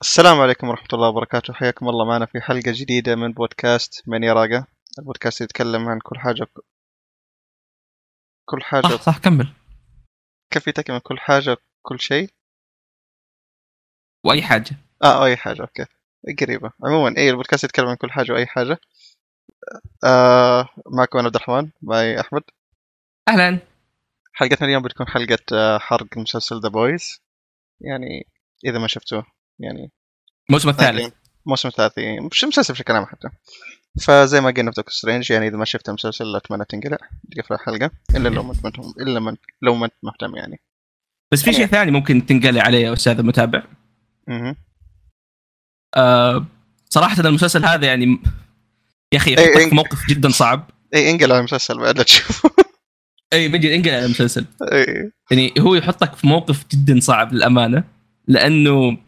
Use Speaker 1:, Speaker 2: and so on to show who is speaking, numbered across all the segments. Speaker 1: السلام عليكم ورحمة الله وبركاته حياكم الله معنا في حلقة جديدة من بودكاست من يراقة البودكاست يتكلم عن كل حاجة كل حاجة
Speaker 2: صح صح كمل
Speaker 1: كيف يتكلم عن كل حاجة كل شيء
Speaker 2: واي حاجه
Speaker 1: اه أي حاجة أوكي قريبة عموما أي البودكاست يتكلم عن كل حاجة وأي حاجة آه معكم أنا عبد الرحمن معي أحمد
Speaker 2: اهلا
Speaker 1: حلقتنا اليوم بتكون حلقة آه، حرق مسلسل ذا بويز يعني إذا ما شفتوه يعني
Speaker 2: الموسم الثالث
Speaker 1: الموسم الثالث يعني مش مسلسل بشكل عام حتى فزي ما قلنا في دكتور سترينج يعني اذا ما شفت المسلسل اتمنى تنقلع تقفل الحلقه الا لو ما انت مهتم الا من لو ما انت مهتم يعني
Speaker 2: بس في شيء ثاني ممكن تنقلع عليه يا استاذ المتابع
Speaker 1: اها
Speaker 2: آه صراحه المسلسل هذا يعني م- يا اخي
Speaker 1: إي،
Speaker 2: يحطك
Speaker 1: إنج-
Speaker 2: في موقف جدا صعب
Speaker 1: اي انقلع على إيه، المسلسل بعد لا تشوفه إيه.
Speaker 2: اي بيجي انقلع على المسلسل
Speaker 1: إي.
Speaker 2: يعني هو يحطك في موقف جدا صعب للامانه لانه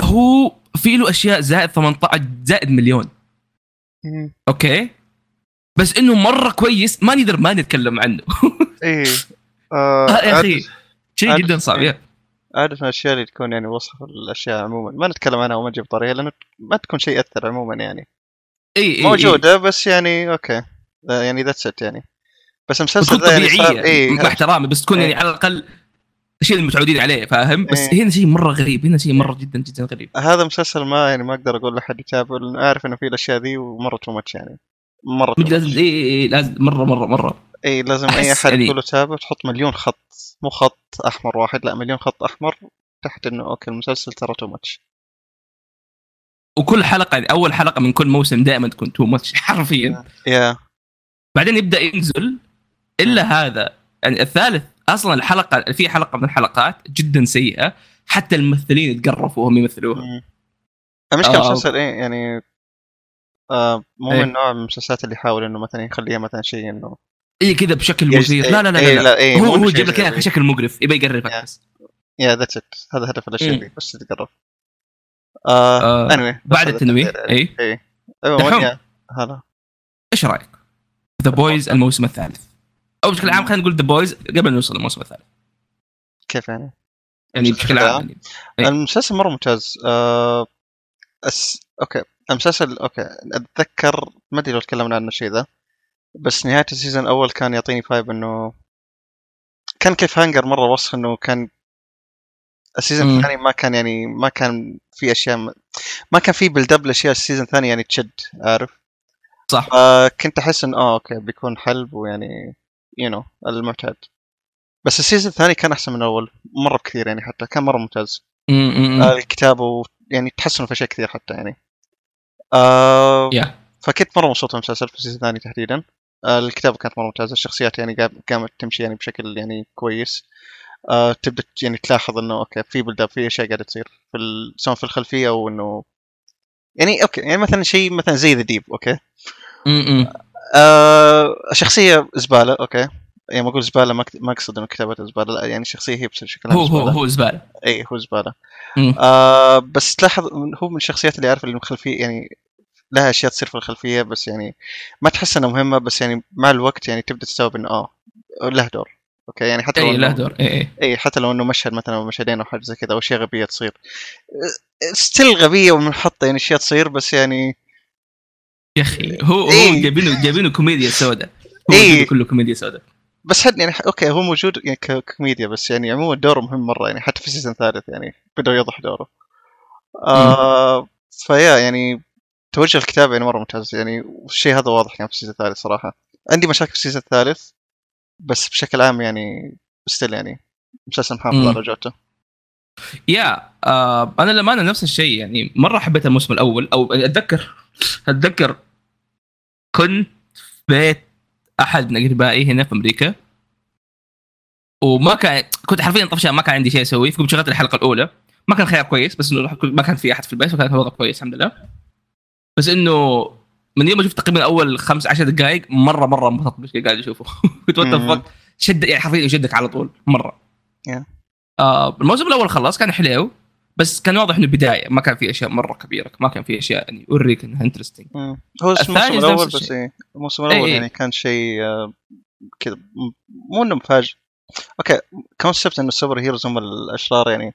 Speaker 2: هو في له اشياء زائد 18 زائد مليون
Speaker 1: مم.
Speaker 2: اوكي بس انه مره كويس ما نقدر ما نتكلم عنه
Speaker 1: اي
Speaker 2: آه يا اخي
Speaker 1: إيه. عادة-
Speaker 2: شيء
Speaker 1: عاد-
Speaker 2: جدا صعب يا
Speaker 1: عادة الاشياء اللي تكون يعني وصف الاشياء عموما ما نتكلم عنها وما نجيب طريقها لانه ما تكون شيء ياثر عموما يعني
Speaker 2: إيه، اي اي
Speaker 1: موجوده بس يعني اوكي آه، يعني ذاتس ات يعني بس المسلسل
Speaker 2: بتكون
Speaker 1: ذا يعني صار
Speaker 2: طبيعيه
Speaker 1: اي
Speaker 2: مع احترامي بس تكون
Speaker 1: إيه.
Speaker 2: يعني على الاقل الشيء اللي متعودين عليه فاهم بس
Speaker 1: إيه.
Speaker 2: هنا شيء مره غريب هنا شيء مره جدا جدا غريب
Speaker 1: هذا مسلسل ما يعني ما اقدر اقول لحد يتابعه لانه اعرف انه فيه الاشياء ذي ومره تو ماتش يعني مره تو
Speaker 2: مج- لازم
Speaker 1: ماتش
Speaker 2: اي اي لازم مره مره مره
Speaker 1: اي لازم اي
Speaker 2: أحس
Speaker 1: احد
Speaker 2: يعني-
Speaker 1: يقول له تابع تحط مليون خط مو خط احمر واحد لا مليون خط احمر تحت انه اوكي المسلسل ترى تو ماتش
Speaker 2: وكل حلقه يعني اول حلقه من كل موسم دائما تكون تو ماتش
Speaker 1: إيه.
Speaker 2: حرفيا
Speaker 1: يا
Speaker 2: بعدين يبدا ينزل الا
Speaker 1: إيه.
Speaker 2: هذا يعني الثالث اصلا الحلقه في حلقه من الحلقات جدا سيئه حتى الممثلين تقرفوا وهم يمثلوها
Speaker 1: مم. المشكله
Speaker 2: آه.
Speaker 1: المسلسل ايه يعني آه مو
Speaker 2: إيه.
Speaker 1: من نوع من المسلسلات اللي يحاول انه مثلا يخليها مثلا شيء انه
Speaker 2: اي إيه، كذا
Speaker 1: يجز-
Speaker 2: بشكل مثير لا لا لا,
Speaker 1: إيه،
Speaker 2: لا, لا.
Speaker 1: إيه، مو
Speaker 2: هو هو
Speaker 1: إنه شيء
Speaker 2: يجيب لك اياها
Speaker 1: جذابي.
Speaker 2: بشكل مقرف يبي يقرفك
Speaker 1: Yeah.
Speaker 2: بس
Speaker 1: يا ذاتس ات هذا هدف الاشياء
Speaker 2: مم.
Speaker 1: ذي بس تتقرب آه
Speaker 2: إيه. آه،
Speaker 1: anyway، بس
Speaker 2: بعد
Speaker 1: هذا
Speaker 2: التنويه إيه.
Speaker 1: التنويه.
Speaker 2: اي
Speaker 1: ايه عموما
Speaker 2: دحوم.
Speaker 1: يا- هلا
Speaker 2: ايش رايك؟ ذا بويز الموسم الثالث او بشكل عام خلينا نقول ذا بويز قبل أن نوصل للموسم الثالث
Speaker 1: كيف يعني؟
Speaker 2: يعني
Speaker 1: المسلسل
Speaker 2: بشكل
Speaker 1: عام؟
Speaker 2: عام يعني. إيه.
Speaker 1: المسلسل مره ممتاز آه... أس... اوكي المسلسل اوكي اتذكر ما ادري لو تكلمنا عن الشيء ذا بس نهايه السيزون الاول كان يعطيني فايب انه كان كيف هانجر مره وصف انه كان السيزون
Speaker 2: مم.
Speaker 1: الثاني ما كان يعني ما كان في اشياء م- ما كان في بلد اب لاشياء السيزون الثاني يعني تشد عارف
Speaker 2: صح
Speaker 1: آه. فكنت احس انه اه اوكي بيكون حلب ويعني يو نو المعتاد بس السيزون الثاني كان احسن من الاول مره بكثير يعني حتى كان مره ممتاز
Speaker 2: م- م- م.
Speaker 1: آه، الكتابه يعني تحسنوا في اشياء كثير حتى يعني آه
Speaker 2: يا.
Speaker 1: فكنت مره مبسوط من المسلسل في السيزون الثاني تحديدا آه الكتابه كانت مره ممتازه الشخصيات يعني قام- قامت تمشي يعني بشكل يعني كويس آه تبدا ت- يعني تلاحظ انه اوكي في بلد في اشياء قاعده تصير في ال- سواء في الخلفيه او انه يعني اوكي يعني مثلا شيء مثلا زي ذا ديب اوكي
Speaker 2: م- م.
Speaker 1: آه شخصيه زباله اوكي يعني ما اقول زباله ما أقصد- ما اقصد انه كتابتها زباله لا يعني شخصيه هي بشكل عام
Speaker 2: هو هو
Speaker 1: زبالة.
Speaker 2: هو زباله
Speaker 1: اي هو زباله
Speaker 2: م.
Speaker 1: آه بس تلاحظ إن هو من الشخصيات اللي عارف اللي من الخلفيه يعني لها اشياء تصير في الخلفيه بس يعني ما تحس انها مهمه بس يعني مع الوقت يعني تبدا تستوعب انه اه له دور اوكي يعني حتى لو
Speaker 2: اي إيه، له
Speaker 1: إنه-
Speaker 2: دور اي اي
Speaker 1: اي حتى لو انه مشهد مثلا او مشهدين او حاجه زي كذا او اشياء غبيه تصير آه، ستيل غبيه ومنحطه يعني اشياء تصير بس يعني
Speaker 2: يا اخي هو
Speaker 1: إيه.
Speaker 2: هو جايبينه جايبينه كوميديا سوداء هو
Speaker 1: إيه.
Speaker 2: جايبينه كله كوميديا سوداء
Speaker 1: بس حد يعني اوكي هو موجود يعني ك- ككوميديا بس يعني عموما دوره مهم مره يعني حتى في السيزون الثالث يعني بدا يوضح دوره. آه فيا يعني توجه الكتاب يعني مره ممتاز يعني والشيء هذا واضح يعني في السيزون الثالث صراحه. عندي مشاكل في السيزون الثالث بس بشكل عام يعني ستيل يعني مسلسل محافظ
Speaker 2: مم.
Speaker 1: على جودته.
Speaker 2: يا آه انا للامانه نفس الشيء يعني مره حبيت الموسم الاول او اتذكر اتذكر كنت في بيت احد من اقربائي هنا في امريكا وما كان كنت حرفيا طفشان ما كان عندي شيء اسويه فقمت شغلت الحلقه الاولى ما كان خيار كويس بس انه ما كان في احد في البيت وكان الوضع كويس الحمد لله بس انه من يوم ما شفت تقريبا اول خمس عشر دقائق مره مره انبسطت بالشيء اللي قاعد اشوفه كنت
Speaker 1: مم.
Speaker 2: وات شد يعني حرفيا يشدك على طول مره
Speaker 1: Yeah.
Speaker 2: آه الموسم الاول خلاص كان حلو بس كان واضح انه بدايه ما كان في اشياء مره كبيره ما كان في اشياء يعني اوريك انها انترستنج
Speaker 1: مم. هو الموسم
Speaker 2: الثاني نفس
Speaker 1: الاول بس
Speaker 2: الشيء.
Speaker 1: إيه، الموسم الاول
Speaker 2: إيه.
Speaker 1: يعني كان شيء آه، كذا م- مو انه مفاجئ اوكي كونسبت انه السوبر هيروز هم الاشرار يعني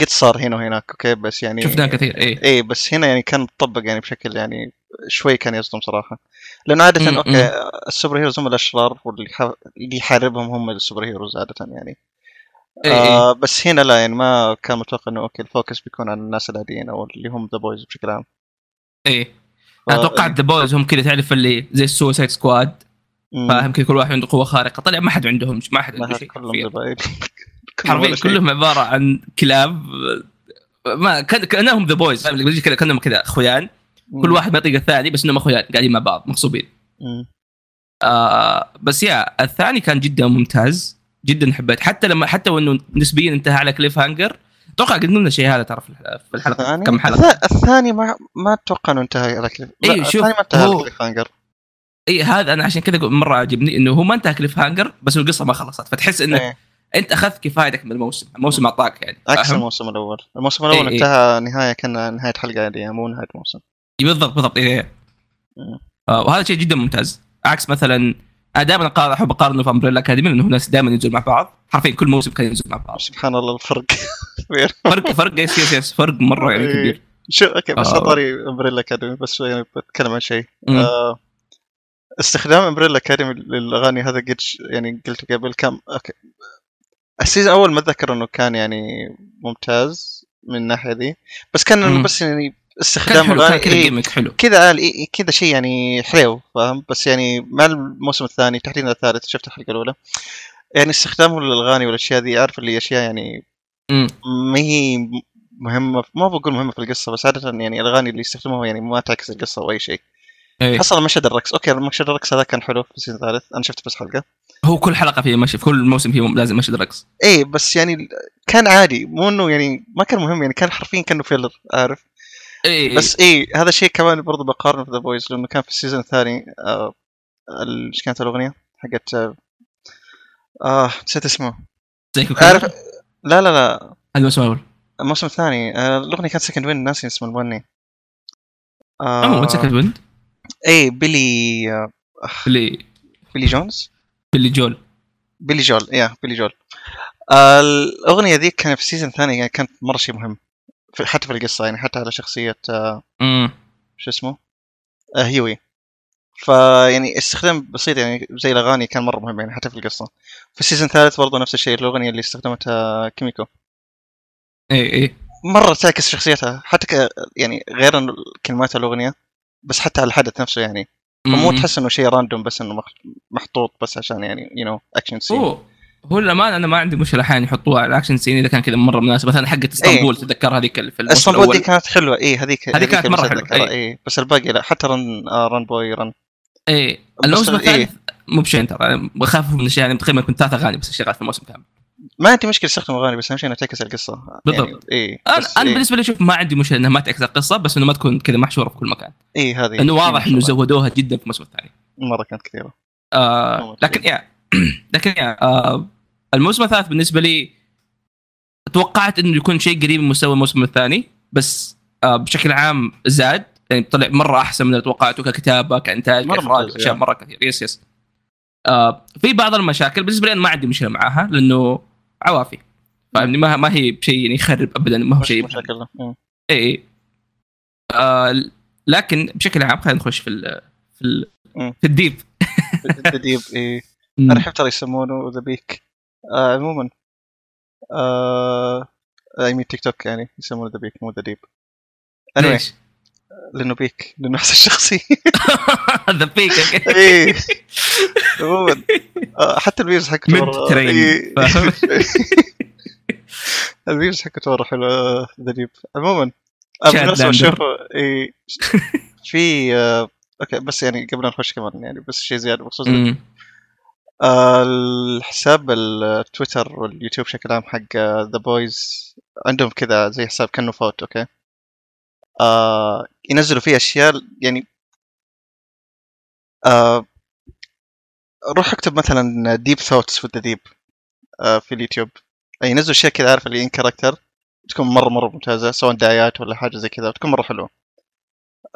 Speaker 1: قد صار هنا وهناك اوكي بس يعني
Speaker 2: شفناه كثير ايه
Speaker 1: اي بس هنا يعني كان تطبق يعني بشكل يعني شوي كان يصدم صراحه لانه عاده
Speaker 2: مم،
Speaker 1: اوكي السوبر هيروز هم الاشرار واللي ح- اللي يحاربهم هم السوبر هيروز عاده يعني
Speaker 2: إيه،
Speaker 1: آه بس هنا لا يعني ما كان متوقع انه اوكي الفوكس بيكون على الناس العاديين او اللي هم ذا بويز بشكل عام
Speaker 2: ايه
Speaker 1: آه،
Speaker 2: انا توقعت ذا بويز هم كذا تعرف اللي زي السوسايد سكواد
Speaker 1: مم،
Speaker 2: فاهم كذا كل واحد عنده قوه خارقه طلع ما حد عندهم ما حد
Speaker 1: ما
Speaker 2: عنده
Speaker 1: هذا
Speaker 2: شيء
Speaker 1: كلهم
Speaker 2: حرفياً.
Speaker 1: ذا بويز
Speaker 2: حرفيا كلهم عباره عن كلاب ما كان كانهم ذا بويز فاهم اللي كذا كانهم كذا اخويان كل واحد بيطيق الثاني بس انهم اخويان قاعدين مع بعض مغصوبين آه بس يا الثاني كان جدا ممتاز جدا حبيت حتى لما حتى وانه نسبيا انتهى على كليف هانجر اتوقع قدمنا الشيء هذا ترى في الح- في الحلقه
Speaker 1: الثاني
Speaker 2: كم حلقه
Speaker 1: الث- الثاني ما ما اتوقع انه انتهى على كليف لا،
Speaker 2: إيه، شوف،
Speaker 1: الثاني ما انتهى على
Speaker 2: هو-
Speaker 1: كليف هانجر
Speaker 2: اي هذا انا عشان كذا أقول مره عجبني انه هو ما انتهى كليف هانجر بس القصه ما خلصت فتحس انه
Speaker 1: إيه،
Speaker 2: انت اخذت كفايتك من الموسم الموسم اعطاك يعني
Speaker 1: عكس
Speaker 2: فاهم؟
Speaker 1: الموسم الاول الموسم الاول
Speaker 2: إيه، إيه.
Speaker 1: انتهى نهايه كان نهايه حلقه عاديه مو نهايه موسم
Speaker 2: بالضبط بالضبط إيه.
Speaker 1: مم.
Speaker 2: آه، وهذا شيء جدا ممتاز عكس آه، مثلا انا دائما أقار- احب اقارنه في امبريلا اكاديمي لانه ناس دائما ينزلوا مع بعض حرفيا كل موسم كان ينزل مع بعض
Speaker 1: سبحان الله الفرق
Speaker 2: فرق فرق يس يس يس فرق مره يعني
Speaker 1: إيه.
Speaker 2: كبير
Speaker 1: شو اوكي بس
Speaker 2: آه.
Speaker 1: اطاري امبريلا اكاديمي بس يعني بتكلم عن شيء
Speaker 2: مم.
Speaker 1: آه، استخدام امبريلا اكاديمي للاغاني هذا قد ش- يعني قلت قبل كم اوكي السيزون الاول ما اتذكر انه كان يعني ممتاز من الناحيه دي بس كان إنه
Speaker 2: مم.
Speaker 1: بس يعني
Speaker 2: كان
Speaker 1: استخدام
Speaker 2: حلو كان
Speaker 1: الاغاني
Speaker 2: كذا
Speaker 1: إيه،
Speaker 2: جيمك حلو
Speaker 1: كذا عال- إيه، إيه، كذا شيء يعني حلو فاهم بس يعني مع الموسم الثاني تحديدا الثالث شفت الحلقه الاولى يعني استخدامه للاغاني والاشياء دي عارف اللي اشياء يعني
Speaker 2: مم.
Speaker 1: ما هي مهمه ما بقول مهمه في القصه بس عاده يعني الاغاني اللي يستخدموها يعني ما تعكس القصه او اي شيء
Speaker 2: إيه.
Speaker 1: حصل مشهد الرقص اوكي المشهد الرقص هذا كان حلو في السيزون الثالث انا شفته بس حلقه
Speaker 2: هو كل حلقه فيه مشي في كل موسم فيه لازم مشهد رقص
Speaker 1: ايه بس يعني ال- كان عادي مو انه يعني ما كان مهم يعني كان حرفيا كانه فيلر عارف
Speaker 2: اي بس
Speaker 1: بس ايه هذا الشيء كمان برضه بقارنه في ذا بويز لانه كان في السيزون الثاني آه، ال- ايش كانت الاغنيه حقت آه، اه نسيت اسمه
Speaker 2: زي
Speaker 1: عارف لا لا لا
Speaker 2: الموسم الاول
Speaker 1: الموسم الثاني آه، الاغنيه كانت سكند وين ناسي اسم المغني آه،
Speaker 2: عموما سكند بند
Speaker 1: ايه بيلي آه،
Speaker 2: اللي
Speaker 1: بيلي جونز
Speaker 2: اللي جول
Speaker 1: بيلي جول يا بيلي جول آه، الاغنيه ذيك كان في سيزون ثاني يعني كانت مره شيء مهم في- حتى في القصه يعني حتى على شخصيه آه،
Speaker 2: امم
Speaker 1: شو اسمه آه، هيوي فيعني استخدام بسيط يعني زي الاغاني كان مره مهم يعني حتى في القصه في السيزون الثالث برضه نفس الشيء الاغنيه اللي استخدمتها كيميكو
Speaker 2: اي اي
Speaker 1: مره تعكس شخصيتها حتى ك... يعني غير إنه كلمات الاغنيه بس حتى على الحدث نفسه يعني فمو تحس انه شيء راندوم بس انه مخ- محطوط بس عشان يعني يو نو اكشن سين
Speaker 2: هو هو للامانه انا ما عندي مشكله احيانا يحطوها على الاكشن سين اذا كان كذا مره مناسب مثلا
Speaker 1: إيه.
Speaker 2: حقت اسطنبول تتذكر هذيك في الموسم
Speaker 1: اسطنبول
Speaker 2: الاول
Speaker 1: دي كانت حلوه اي هذيك
Speaker 2: هذه كانت مرة
Speaker 1: بس
Speaker 2: حلوة، إيه.
Speaker 1: أتذكرها، اي بس الباقي لا حتى رن آه رن بوي رن
Speaker 2: ايه
Speaker 1: بس-
Speaker 2: الموسم
Speaker 1: إيه.
Speaker 2: الثالث مو بشين ترى أنا بخاف من الشيء يعني تقريبا كنت ثلاث اغاني بس شغال في الموسم كامل
Speaker 1: ما عندي مشكله استخدم اغاني بس اهم شيء انها تعكس القصه
Speaker 2: بالضبط.
Speaker 1: يعني اي
Speaker 2: انا,
Speaker 1: بس
Speaker 2: أنا
Speaker 1: إيه.
Speaker 2: بالنسبه لي شوف ما عندي مشكله انها ما تعكس القصه بس انه ما تكون كذا محشوره في كل مكان
Speaker 1: اي هذه
Speaker 2: لانه واضح
Speaker 1: إيه،
Speaker 2: انه زودوها جدا في الموسم الثاني
Speaker 1: مره كانت كثيره
Speaker 2: آه
Speaker 1: أوكي.
Speaker 2: لكن يا لكن يا آه الموسم الثالث بالنسبه لي توقعت انه يكون شيء قريب من مستوى الموسم الثاني بس آه بشكل عام زاد يعني طلع مره احسن من اللي توقعته ككتابه كانتاج
Speaker 1: مرة
Speaker 2: كاخراج
Speaker 1: ممتاز،
Speaker 2: اشياء
Speaker 1: يا.
Speaker 2: مره كثير يس يس آه في بعض المشاكل بالنسبه لي انا ما عندي مشكله معاها لانه عوافي فاهمني ما ما هي بشيء يعني يخرب ابدا ما هو
Speaker 1: مش
Speaker 2: شيء
Speaker 1: مشاكل لا. إيه.
Speaker 2: اي اي آه لكن بشكل عام خلينا نخش في ال في ال
Speaker 1: مم.
Speaker 2: في الديب
Speaker 1: الديب اي انا احب ترى يسمونه ذا بيك آه عموما آه اي مين تيك توك يعني يسمونه ذا بيك مو ذا ديب anyway,
Speaker 2: ليش؟
Speaker 1: لانه بيك لانه نفس الشخصيه
Speaker 2: ذا بيك
Speaker 1: ايه عموما آه، حتى الفيوز حقته
Speaker 2: من
Speaker 1: مرة-
Speaker 2: ترين،
Speaker 1: إيه.
Speaker 2: فاهم؟
Speaker 1: الفيوز حقته مره حلوه ذا ديب عموما
Speaker 2: شاد
Speaker 1: بالنسبه
Speaker 2: لاندر.
Speaker 1: شوف إيه، في آه، اوكي بس يعني قبل لا نخش كمان يعني بس شيء زياده بخصوص ذا آه، الحساب التويتر واليوتيوب بشكل عام حق ذا بويز عندهم كذا زي حساب كانه فوت اوكي آه ينزلوا فيه اشياء يعني آه روح اكتب مثلا ديب ثوتس وذ ديب آه، في اليوتيوب يعني ينزلوا اشياء كذا عارف اللي ان كاركتر تكون مره مره ممتازه سواء دعايات ولا حاجه زي كذا تكون مره حلوه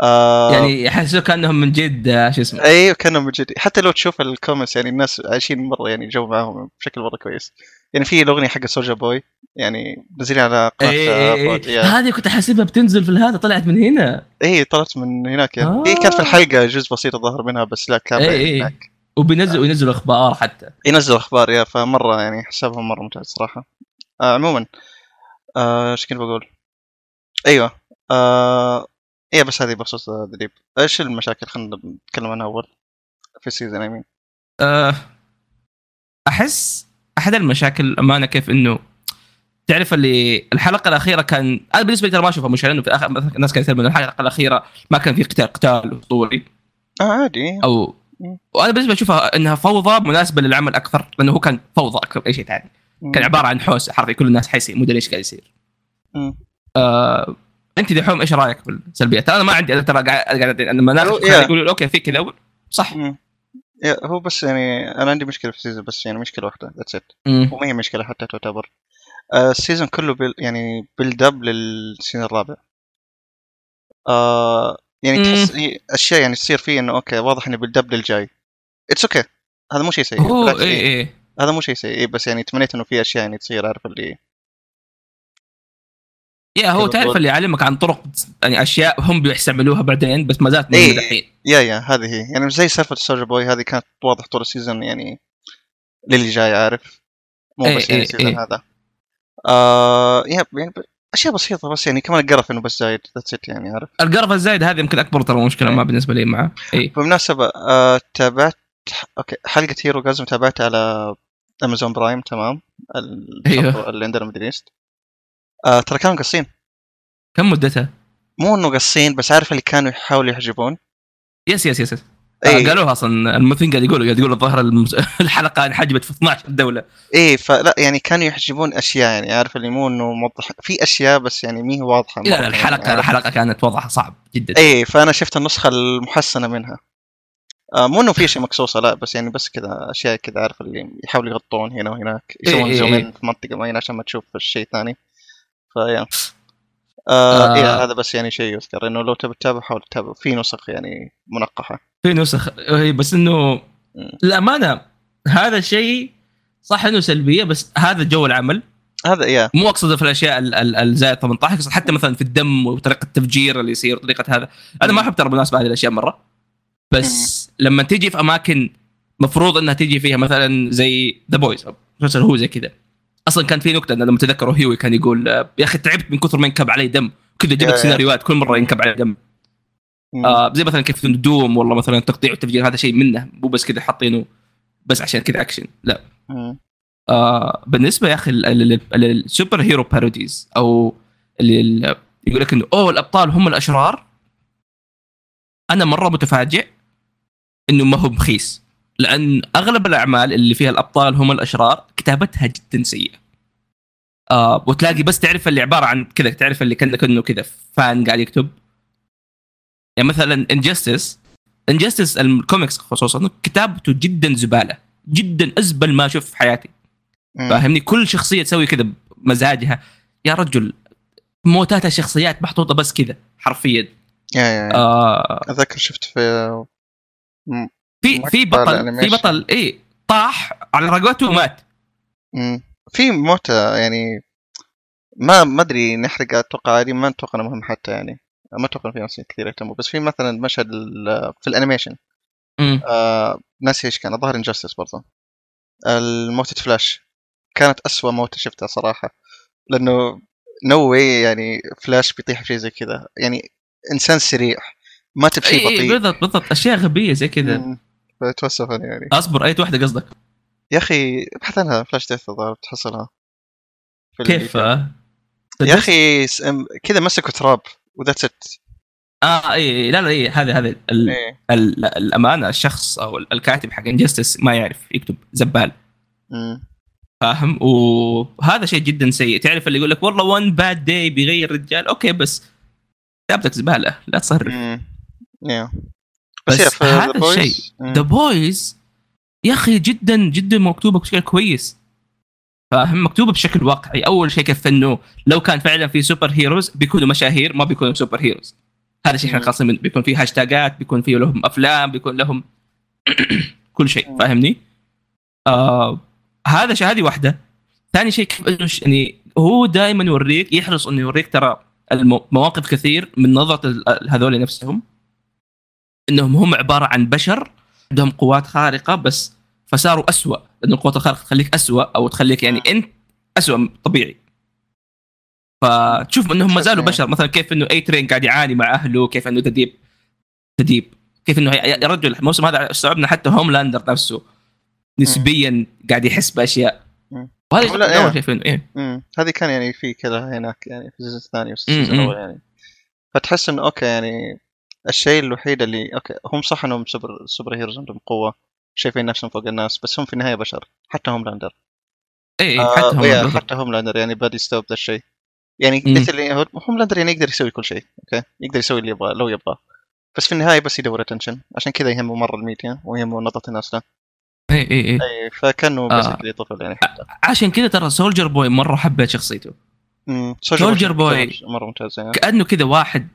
Speaker 1: آه
Speaker 2: يعني يحسوا كانهم من جد آه، شو اسمه
Speaker 1: إيه، اي كانوا من جد حتى لو تشوف الكومنتس يعني الناس عايشين مره يعني جو معاهم بشكل مره كويس يعني في الاغنيه حق سولجا بوي يعني نازلين على قناه
Speaker 2: إيه، إيه،
Speaker 1: بوديا.
Speaker 2: إيه. هذه كنت احسبها بتنزل في الهذا طلعت من هنا
Speaker 1: اي إيه، طلعت من هناك يعني
Speaker 2: آه.
Speaker 1: هي كانت في الحلقه جزء بسيط الظاهر منها بس لا كان
Speaker 2: إيه، إيه.
Speaker 1: هناك
Speaker 2: وبينزل وينزلوا اخبار حتى
Speaker 1: ينزل اخبار يا فمره يعني حسابهم مره ممتاز صراحه آه عموما آه، ايش كنت بقول؟ ايوه آه ايه بس هذه بخصوص دريب ايش المشاكل خلينا نتكلم عنها اول في السيزون امين
Speaker 2: آه، احس احد المشاكل الامانه كيف انه تعرف اللي الحلقه الاخيره كان انا بالنسبه لي ترى ما اشوفها مشكله لانه في الاخر مثلاً الناس كانت تتكلم إنه الحلقه الاخيره ما كان في قتال قتال اسطوري
Speaker 1: اه عادي
Speaker 2: او
Speaker 1: مم.
Speaker 2: وانا بالنسبه لي اشوفها انها فوضى مناسبه للعمل اكثر لانه هو كان فوضى اكثر من اي شيء ثاني كان عباره عن حوسه حرفيا كل الناس حيسين مدري ايش قاعد يصير
Speaker 1: مم.
Speaker 2: آه، انت دحوم ايش رايك بالسلبيات؟ ترى انا ما عندي انا ترى قاعد قاعد لما
Speaker 1: أو-
Speaker 2: ناخذ
Speaker 1: يا.
Speaker 2: يقولوا اوكي في كذا أول. صح
Speaker 1: مم. يا هو بس يعني انا عندي مشكله في السيزون بس يعني مشكله واحده ذاتس ات
Speaker 2: مم.
Speaker 1: وما هي مشكله حتى تعتبر آه، السيزون كله بال يعني بيلد اب للسيزون الرابع آه يعني
Speaker 2: مم.
Speaker 1: تحس هي اشياء يعني تصير فيه انه اوكي واضح انه بيلد اب للجاي اتس اوكي هذا مو شيء سيء
Speaker 2: هو إيه،
Speaker 1: بالعكس،
Speaker 2: اي اي
Speaker 1: هذا مو شيء سيء إيه، بس يعني تمنيت انه في اشياء يعني تصير عارف اللي
Speaker 2: يا هو
Speaker 1: كيف
Speaker 2: تعرف
Speaker 1: أقول؟
Speaker 2: اللي يعلمك عن طرق يعني اشياء هم بيستعملوها بعدين بس ما زالت موجوده
Speaker 1: إيه.
Speaker 2: الحين
Speaker 1: يا يا هذه هي يعني مش زي سالفه السولجر بوي هذه كانت واضح طول السيزون يعني للي جاي عارف مو
Speaker 2: إيه،
Speaker 1: بس يعني
Speaker 2: إيه،
Speaker 1: السيزون
Speaker 2: إيه.
Speaker 1: هذا آه يا يعني ب- اشياء بسيطه بس يعني كمان القرف انه بس زايد ذاتس ات يعني عارف
Speaker 2: القرفه الزايده هذه يمكن اكبر ترى مشكله
Speaker 1: إيه.
Speaker 2: ما بالنسبه لي معه إيه. اي
Speaker 1: بالمناسبة آه تابعت اوكي حلقة هيرو جازم تابعتها على امازون برايم تمام ال-
Speaker 2: أيوه.
Speaker 1: اللي عندنا مدري ايش آه ترى كانوا قصين
Speaker 2: كم مدتها؟
Speaker 1: مو انه قصين بس عارف اللي كانوا يحاولوا يحجبون
Speaker 2: يس يس يس, يس.
Speaker 1: إيه.
Speaker 2: آه قالوها اصلا الممثلين قاعد يقولوا قاعد يقولوا الظاهر المس... الحلقه انحجبت في 12 دوله
Speaker 1: ايه فلا يعني كانوا يحجبون اشياء يعني عارف اللي مو انه موضح في اشياء بس يعني مي هي واضحة
Speaker 2: لا
Speaker 1: مرة
Speaker 2: لا الحلقه
Speaker 1: يعني.
Speaker 2: الحلقه كانت وضعها صعب جدا
Speaker 1: ايه فانا شفت النسخة المحسنة منها آه مو انه في شيء مقصوصة لا بس يعني بس كذا اشياء كذا عارف اللي يحاولوا يغطون هنا وهناك يسوون
Speaker 2: إيه، إيه،
Speaker 1: زومين
Speaker 2: إيه.
Speaker 1: في منطقة معينة عشان ما تشوف الشيء ثاني فيا آه
Speaker 2: آه.
Speaker 1: إيه هذا بس يعني شيء يذكر انه لو تبي تتابع حاول تتابع في نسخ يعني منقحة
Speaker 2: في نسخ هي بس انه الامانه هذا الشيء صح انه سلبيه بس هذا جو العمل
Speaker 1: هذا يا
Speaker 2: مو اقصد في الاشياء ال- ال- الزائد 18 اقصد حتى مثلا في الدم وطريقه التفجير اللي يصير طريقه هذا انا ما احب ترى بالمناسبه هذه الاشياء مره بس لما تيجي في اماكن مفروض انها تيجي فيها مثلا زي ذا بويز مسلسل هو زي كذا اصلا كان في نكته انا لما اتذكره هيوي كان يقول آه، يا اخي تعبت من كثر ما ينكب علي دم كذا
Speaker 1: يا-
Speaker 2: جبت
Speaker 1: يا.
Speaker 2: سيناريوهات كل مره ينكب علي دم
Speaker 1: مم.
Speaker 2: آه زي مثلا كيف دوم والله مثلا التقطيع والتفجير هذا شيء منه مو بس كذا حاطينه بس عشان كذا اكشن لا
Speaker 1: مم.
Speaker 2: آه بالنسبه يا اخي ال- ال- ال- ال- السوبر هيرو باروديز او اللي ال- يقول لك انه اوه الابطال هم الاشرار انا مره متفاجئ انه ما هو بخيس لان اغلب الاعمال اللي فيها الابطال هم الاشرار كتابتها جدا سيئه آه وتلاقي بس تعرف اللي عباره عن كذا تعرف اللي كانك انه كذا فان قاعد يكتب يعني مثلا انجستس انجستس الكوميكس خصوصا كتابته جدا زباله جدا ازبل ما شفت في حياتي
Speaker 1: مم.
Speaker 2: فاهمني كل شخصيه تسوي كذا بمزاجها يا رجل موتات الشخصيات محطوطه بس كذا حرفيا
Speaker 1: يا يا يا.
Speaker 2: آه
Speaker 1: اتذكر شفت في مم.
Speaker 2: في في
Speaker 1: مقطع
Speaker 2: بطل في
Speaker 1: الأنيميشن. بطل
Speaker 2: بطل اي طاح على رقبته ومات
Speaker 1: مم. في موتى يعني ما ما ادري نحرق اتوقع عادي ما اتوقع انه مهم حتى يعني ما اتوقع إنه في ناس كثير يهتموا بس في مثلا مشهد ال- في الانيميشن
Speaker 2: مم.
Speaker 1: آه ناسي ايش كان الظاهر انجستس برضه الموتة فلاش كانت أسوأ موتة شفتها صراحة لأنه نو واي يعني فلاش بيطيح في شيء زي كذا يعني إنسان سريع مات بشيء
Speaker 2: إي- إي،
Speaker 1: بطيء
Speaker 2: إيه، بالضبط بالضبط اشياء غبيه زي كذا
Speaker 1: مم. فتوسف أنا يعني
Speaker 2: اصبر اي واحده قصدك
Speaker 1: يا أخي ابحث عنها فلاش ديث الظاهر تحصلها في
Speaker 2: كيف
Speaker 1: ال-
Speaker 2: آه؟
Speaker 1: يا أخي س- أم- كذا مسكوا تراب وذاتس ات
Speaker 2: اه اي لا لا اي هذه هذه ال-
Speaker 1: إيه.
Speaker 2: ال- الامانه الشخص او ال- الكاتب حق انجستس ما يعرف يكتب زبال
Speaker 1: مم.
Speaker 2: فاهم وهذا شيء جدا سيء تعرف اللي يقول لك والله وان باد داي بيغير رجال اوكي بس كتابتك زباله لا تصرف
Speaker 1: مم. يا.
Speaker 2: بس
Speaker 1: يا، في
Speaker 2: هذا
Speaker 1: The Boys-
Speaker 2: الشيء
Speaker 1: مم.
Speaker 2: ذا بويز يا اخي جدا جدا مكتوبه بشكل كويس فاهم مكتوبه بشكل واقعي اول شيء كيف انه لو كان فعلا في سوبر هيروز بيكونوا مشاهير ما بيكونوا سوبر هيروز هذا شيء احنا
Speaker 1: مم.
Speaker 2: خاصين منه بيكون في هاشتاجات بيكون في لهم افلام بيكون لهم كل شيء
Speaker 1: مم.
Speaker 2: فاهمني؟ آه هذا شيء هذه واحده ثاني شيء كيف انه ش- يعني هو دائما يوريك يحرص انه يوريك ترى الم- مواقف كثير من نظره ال- هذول نفسهم انهم هم عباره عن بشر عندهم قوات خارقه بس فصاروا أسوأ لان القوات الخارقه تخليك أسوأ او تخليك يعني
Speaker 1: آه.
Speaker 2: انت أسوأ طبيعي فتشوف انهم ما زالوا بشر مثلا كيف انه اي ترين قاعد يعاني مع اهله كيف انه تديب تديب كيف انه يا يا رجل الموسم هذا استوعبنا حتى هوملاندر نفسه نسبيا قاعد يحس باشياء
Speaker 1: مم.
Speaker 2: وهذا
Speaker 1: لا،
Speaker 2: يعتبر اول
Speaker 1: إيه.
Speaker 2: شيء فيلم ايه
Speaker 1: امم هذه كان يعني في كذا هناك يعني في الجزء الثاني والسيزون
Speaker 2: أمم.
Speaker 1: الاول يعني فتحس انه اوكي يعني الشيء الوحيد اللي اوكي هم صح انهم سوبر سوبر هيروز عندهم قوه شايفين نفسهم فوق الناس بس هم في النهايه بشر حتى هم لاندر
Speaker 2: ايه حتى
Speaker 1: آه yeah,
Speaker 2: هوملاندر
Speaker 1: حتى هم لاندر يعني بادي ستوب ذا الشيء يعني
Speaker 2: أمم.
Speaker 1: مثل هم لاندر يعني يقدر يسوي كل شيء اوكي يقدر يسوي اللي يبغاه لو يبغاه بس في النهايه بس يدور اتنشن عشان كذا يهمه مره الميديا ويهمه نظره الناس له
Speaker 2: ايه ايه ايه
Speaker 1: اي فكانه
Speaker 2: آه.
Speaker 1: بس طفل يعني حتى
Speaker 2: عشان كذا ترى سولجر بوي مره حبيت شخصيته
Speaker 1: أمم.
Speaker 2: Soldier Boy.
Speaker 1: مره ممتاز يعني
Speaker 2: كانه كذا واحد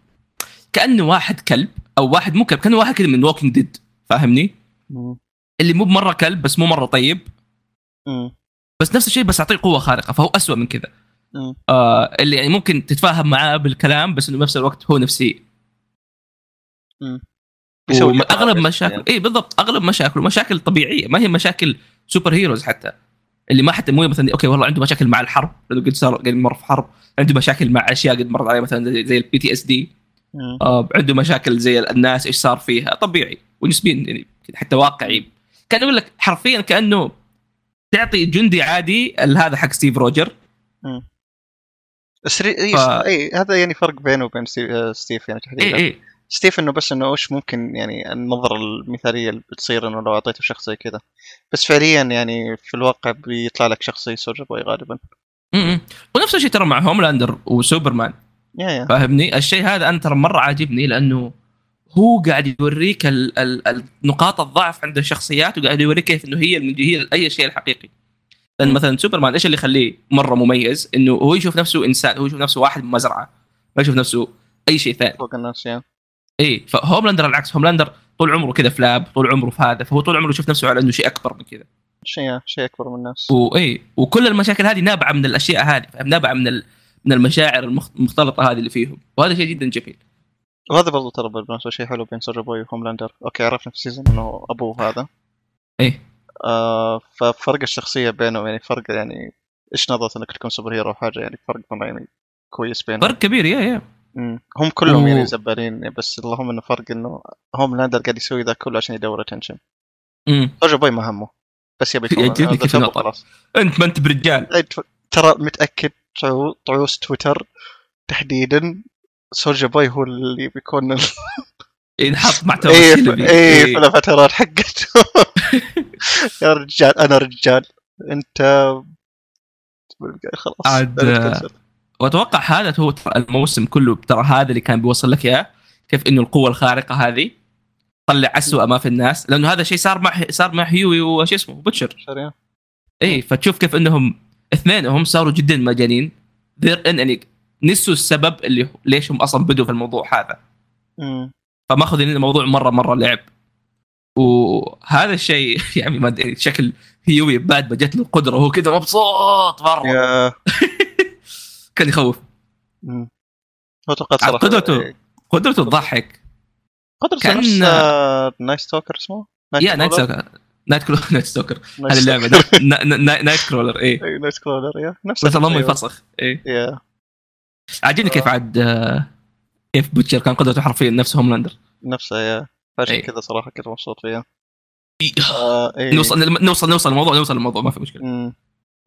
Speaker 2: كانه واحد كلب او واحد مو كلب كانه واحد كذا من ووكينج ديد فاهمني؟
Speaker 1: أمم.
Speaker 2: اللي مو مره كلب بس مو مره طيب
Speaker 1: أمم.
Speaker 2: بس نفس الشيء بس اعطيه قوه خارقه فهو أسوأ من كذا
Speaker 1: أمم.
Speaker 2: آه اللي يعني ممكن تتفاهم معاه بالكلام بس انه بنفس الوقت هو نفسي
Speaker 1: بيسوي حتى
Speaker 2: اغلب
Speaker 1: عوائل
Speaker 2: مشاكل
Speaker 1: يعني.
Speaker 2: اي بالضبط اغلب مشاكله مشاكل طبيعيه ما هي مشاكل سوبر هيروز حتى اللي ما حتى مو مثلا اوكي والله عنده مشاكل مع الحرب لانه قد صار قد مر في حرب عنده مشاكل مع اشياء قد مرت عليه مثلا زي- زي البي تي اس دي
Speaker 1: مم.
Speaker 2: آه، عنده مشاكل زي الناس ايش صار فيها طبيعي ونسبيا يعني حتى واقعي كان اقول لك حرفيا كانه تعطي جندي عادي ال- هذا حق ستيف روجر
Speaker 1: سري... إيه
Speaker 2: ف-
Speaker 1: ف... إيه هذا يعني فرق بينه وبين ستيف, آه، ستيف يعني تحديدا
Speaker 2: اي
Speaker 1: إيه إيه.
Speaker 2: اي
Speaker 1: ستيف انه بس انه وش ممكن يعني النظره المثاليه اللي بتصير انه لو اعطيته شخص زي كذا بس فعليا يعني في الواقع بيطلع لك شخص زي سولجر بوي غالبا
Speaker 2: م-م. ونفس الشيء ترى مع هوملاندر وسوبرمان
Speaker 1: يا يا
Speaker 2: فاهمني الشيء هذا انا ترى مره عاجبني لانه هو قاعد يوريك ال ال ال- نقاط الضعف عند الشخصيات وقاعد يوريك كيف انه هي الم- هي اي شيء الحقيقي لان مثلا سوبرمان ايش اللي يخليه مره مميز انه هو يشوف نفسه انسان هو يشوف نفسه واحد من مزرعه ما يشوف نفسه اي شيء ثاني
Speaker 1: فوق الناس يا
Speaker 2: اي فهوملاندر إيه، على العكس هوملاندر طول عمره كذا فلاب طول عمره في هذا فهو طول عمره يشوف نفسه على انه شيء اكبر من كذا
Speaker 1: شيء شيء اكبر من الناس
Speaker 2: واي وكل المشاكل هذه نابعه من الاشياء هذه فاهم؟ نابعه من ال- من المشاعر المخ- المختلطه هذه اللي فيهم وهذا شيء جدا جميل
Speaker 1: وهذا برضو ترى بالمناسبه شيء حلو بين سولجر بوي وهوملاندر اوكي عرفنا في السيزون انه ابوه هذا
Speaker 2: إيه.
Speaker 1: آه ففرق الشخصيه بينهم يعني فرق يعني ايش نظرة انك تكون سوبر هيرو وحاجه يعني فرق مرة يعني كويس بينهم
Speaker 2: فرق كبير يا يا
Speaker 1: مم. هم كلهم
Speaker 2: و-
Speaker 1: يعني زبالين بس اللهم انه فرق انه هوم لاندر قاعد يسوي ذا كله عشان يدور اتنشن
Speaker 2: امم
Speaker 1: سولجر بوي ما همه بس يبي
Speaker 2: يعجبني
Speaker 1: يطلع- هذا
Speaker 2: كيف
Speaker 1: تبه
Speaker 2: نقل.
Speaker 1: خلاص
Speaker 2: انت ما انت برجال
Speaker 1: أي تف- ترى متاكد طعو- طعوس تويتر تحديدا سولجر بوي هو اللي بيكون ال-
Speaker 2: ينحط إيه، مع توابع
Speaker 1: ايه ف-
Speaker 2: الشلبي.
Speaker 1: ايه في
Speaker 2: إيه.
Speaker 1: الفترات حقته يا رجال انا رجال انت خلاص
Speaker 2: عاد- واتوقع هذا هو ترى الموسم كله ترى هذا اللي كان بيوصل لك اياه كيف انه القوه الخارقه هذه طلع اسوء ما في الناس لانه هذا الشيء صار مع صار مع هيوي وش اسمه بوتشر
Speaker 1: شريان.
Speaker 2: اي إيه، فتشوف كيف انهم اثنين هم صاروا جدا مجانين ذير ان يعني نسوا السبب اللي هو- ليش هم اصلا بدوا في الموضوع هذا
Speaker 1: مم.
Speaker 2: فماخذين الموضوع مره مره لعب وهذا الشيء يعني ما ادري شكل هيوي بعد ما جت له القدره هو كذا مبسوط مره
Speaker 1: يا
Speaker 2: كان يخوف
Speaker 1: مم. إيه. اتوقع صراحه
Speaker 2: قدرته. قدرته تضحك
Speaker 1: قدر
Speaker 2: كان-
Speaker 1: كان نفس نايت ستوكر اسمه؟
Speaker 2: يا نايت
Speaker 1: كرولر؟
Speaker 2: ستوكر نايت كرولر نايت ستوكر
Speaker 1: نايت
Speaker 2: هذه
Speaker 1: ستوكر.
Speaker 2: اللعبه نا- نا- نا- نا- نايت كرولر اي
Speaker 1: اي نايت كرولر يا نفس
Speaker 2: إيه. بس الله ما
Speaker 1: أيوة.
Speaker 2: يفسخ اي
Speaker 1: يا
Speaker 2: عاجبني كيف عاد آه، كيف بوتشر كان قدرته حرفيا نفس هوملاندر
Speaker 1: نفسها يا فعشان
Speaker 2: إيه.
Speaker 1: كذا صراحه كنت مبسوط فيها
Speaker 2: إيه.
Speaker 1: آه إيه.
Speaker 2: نوصل نوصل نوصل الموضوع نوصل الموضوع ما في مشكله
Speaker 1: مم.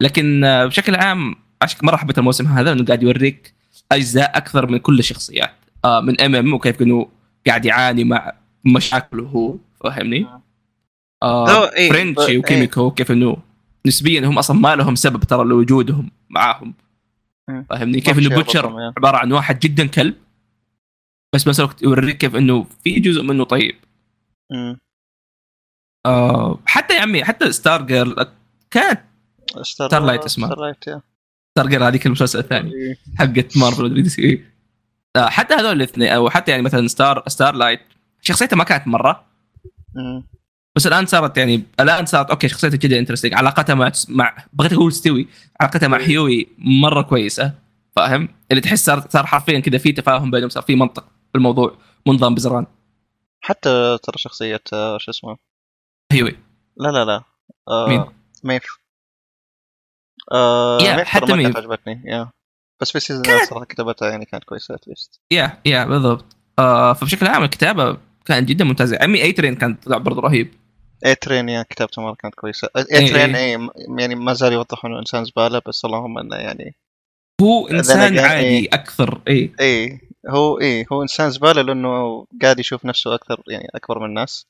Speaker 2: لكن آه، بشكل عام عشان مره حبيت الموسم هذا انه قاعد يوريك اجزاء اكثر من كل الشخصيات آه، من ام ام وكيف انه قاعد يعاني مع مشاكله هو فاهمني؟ آه
Speaker 1: لا، إيه، ب-
Speaker 2: فرنشي
Speaker 1: إيه.
Speaker 2: وكيميكو كيف انه نسبيا هم اصلا ما لهم سبب ترى لوجودهم معاهم
Speaker 1: مم.
Speaker 2: فاهمني؟
Speaker 1: إيه. ما
Speaker 2: كيف
Speaker 1: في
Speaker 2: انه
Speaker 1: شيء
Speaker 2: بوتشر
Speaker 1: يربطهم، إيه.
Speaker 2: عباره عن واحد جدا كلب بس بنفس الوقت يوريك كيف انه في جزء منه طيب
Speaker 1: مم.
Speaker 2: آه حتى يا عمي حتى ستار جيرل كانت
Speaker 1: ستار
Speaker 2: ستارلايت اسمها.
Speaker 1: ستارلايت يا
Speaker 2: ستار جيرل هذيك المسلسل الثاني
Speaker 1: إيه.
Speaker 2: حقت مارفل ودي سي إيه. آه، حتى هذول الاثنين او حتى يعني مثلا ستار ستار لايت شخصيته ما كانت مره
Speaker 1: مم.
Speaker 2: بس الان صارت يعني الان صارت اوكي شخصيته جدا انترستنج علاقتها مع مع بغيت اقول ستيوي علاقتها مع
Speaker 1: إيه.
Speaker 2: هيوي مره كويسه فاهم اللي تحس صار صار حرفيا كذا في تفاهم بينهم صار في منطق بالموضوع منظم بزران
Speaker 1: حتى ترى شخصيه آه، شو اسمه
Speaker 2: هيوي
Speaker 1: لا لا لا آه،
Speaker 2: مين؟
Speaker 1: ميف آه
Speaker 2: يا،
Speaker 1: ميف
Speaker 2: حتى
Speaker 1: حتى ما
Speaker 2: ميف.
Speaker 1: كانت عجبتني يا بس في السيزون
Speaker 2: كانت-
Speaker 1: صراحه كتابتها يعني كانت كويسه اتليست
Speaker 2: يا يا بالضبط آه فبشكل عام الكتابه كانت جدا ممتازه عمي اي ترين E كان طلع برضه رهيب
Speaker 1: اي ترين يا يعني كتابته مره كانت كويسه اي
Speaker 2: إيه،
Speaker 1: ترين
Speaker 2: إيه.
Speaker 1: اي م- يعني ما زال يوضح انه انسان زباله بس اللهم انه يعني
Speaker 2: هو انسان
Speaker 1: again،
Speaker 2: عادي
Speaker 1: إيه.
Speaker 2: اكثر اي
Speaker 1: اي إيه، هو اي هو انسان زباله لانه قاعد يشوف نفسه اكثر يعني اكبر من الناس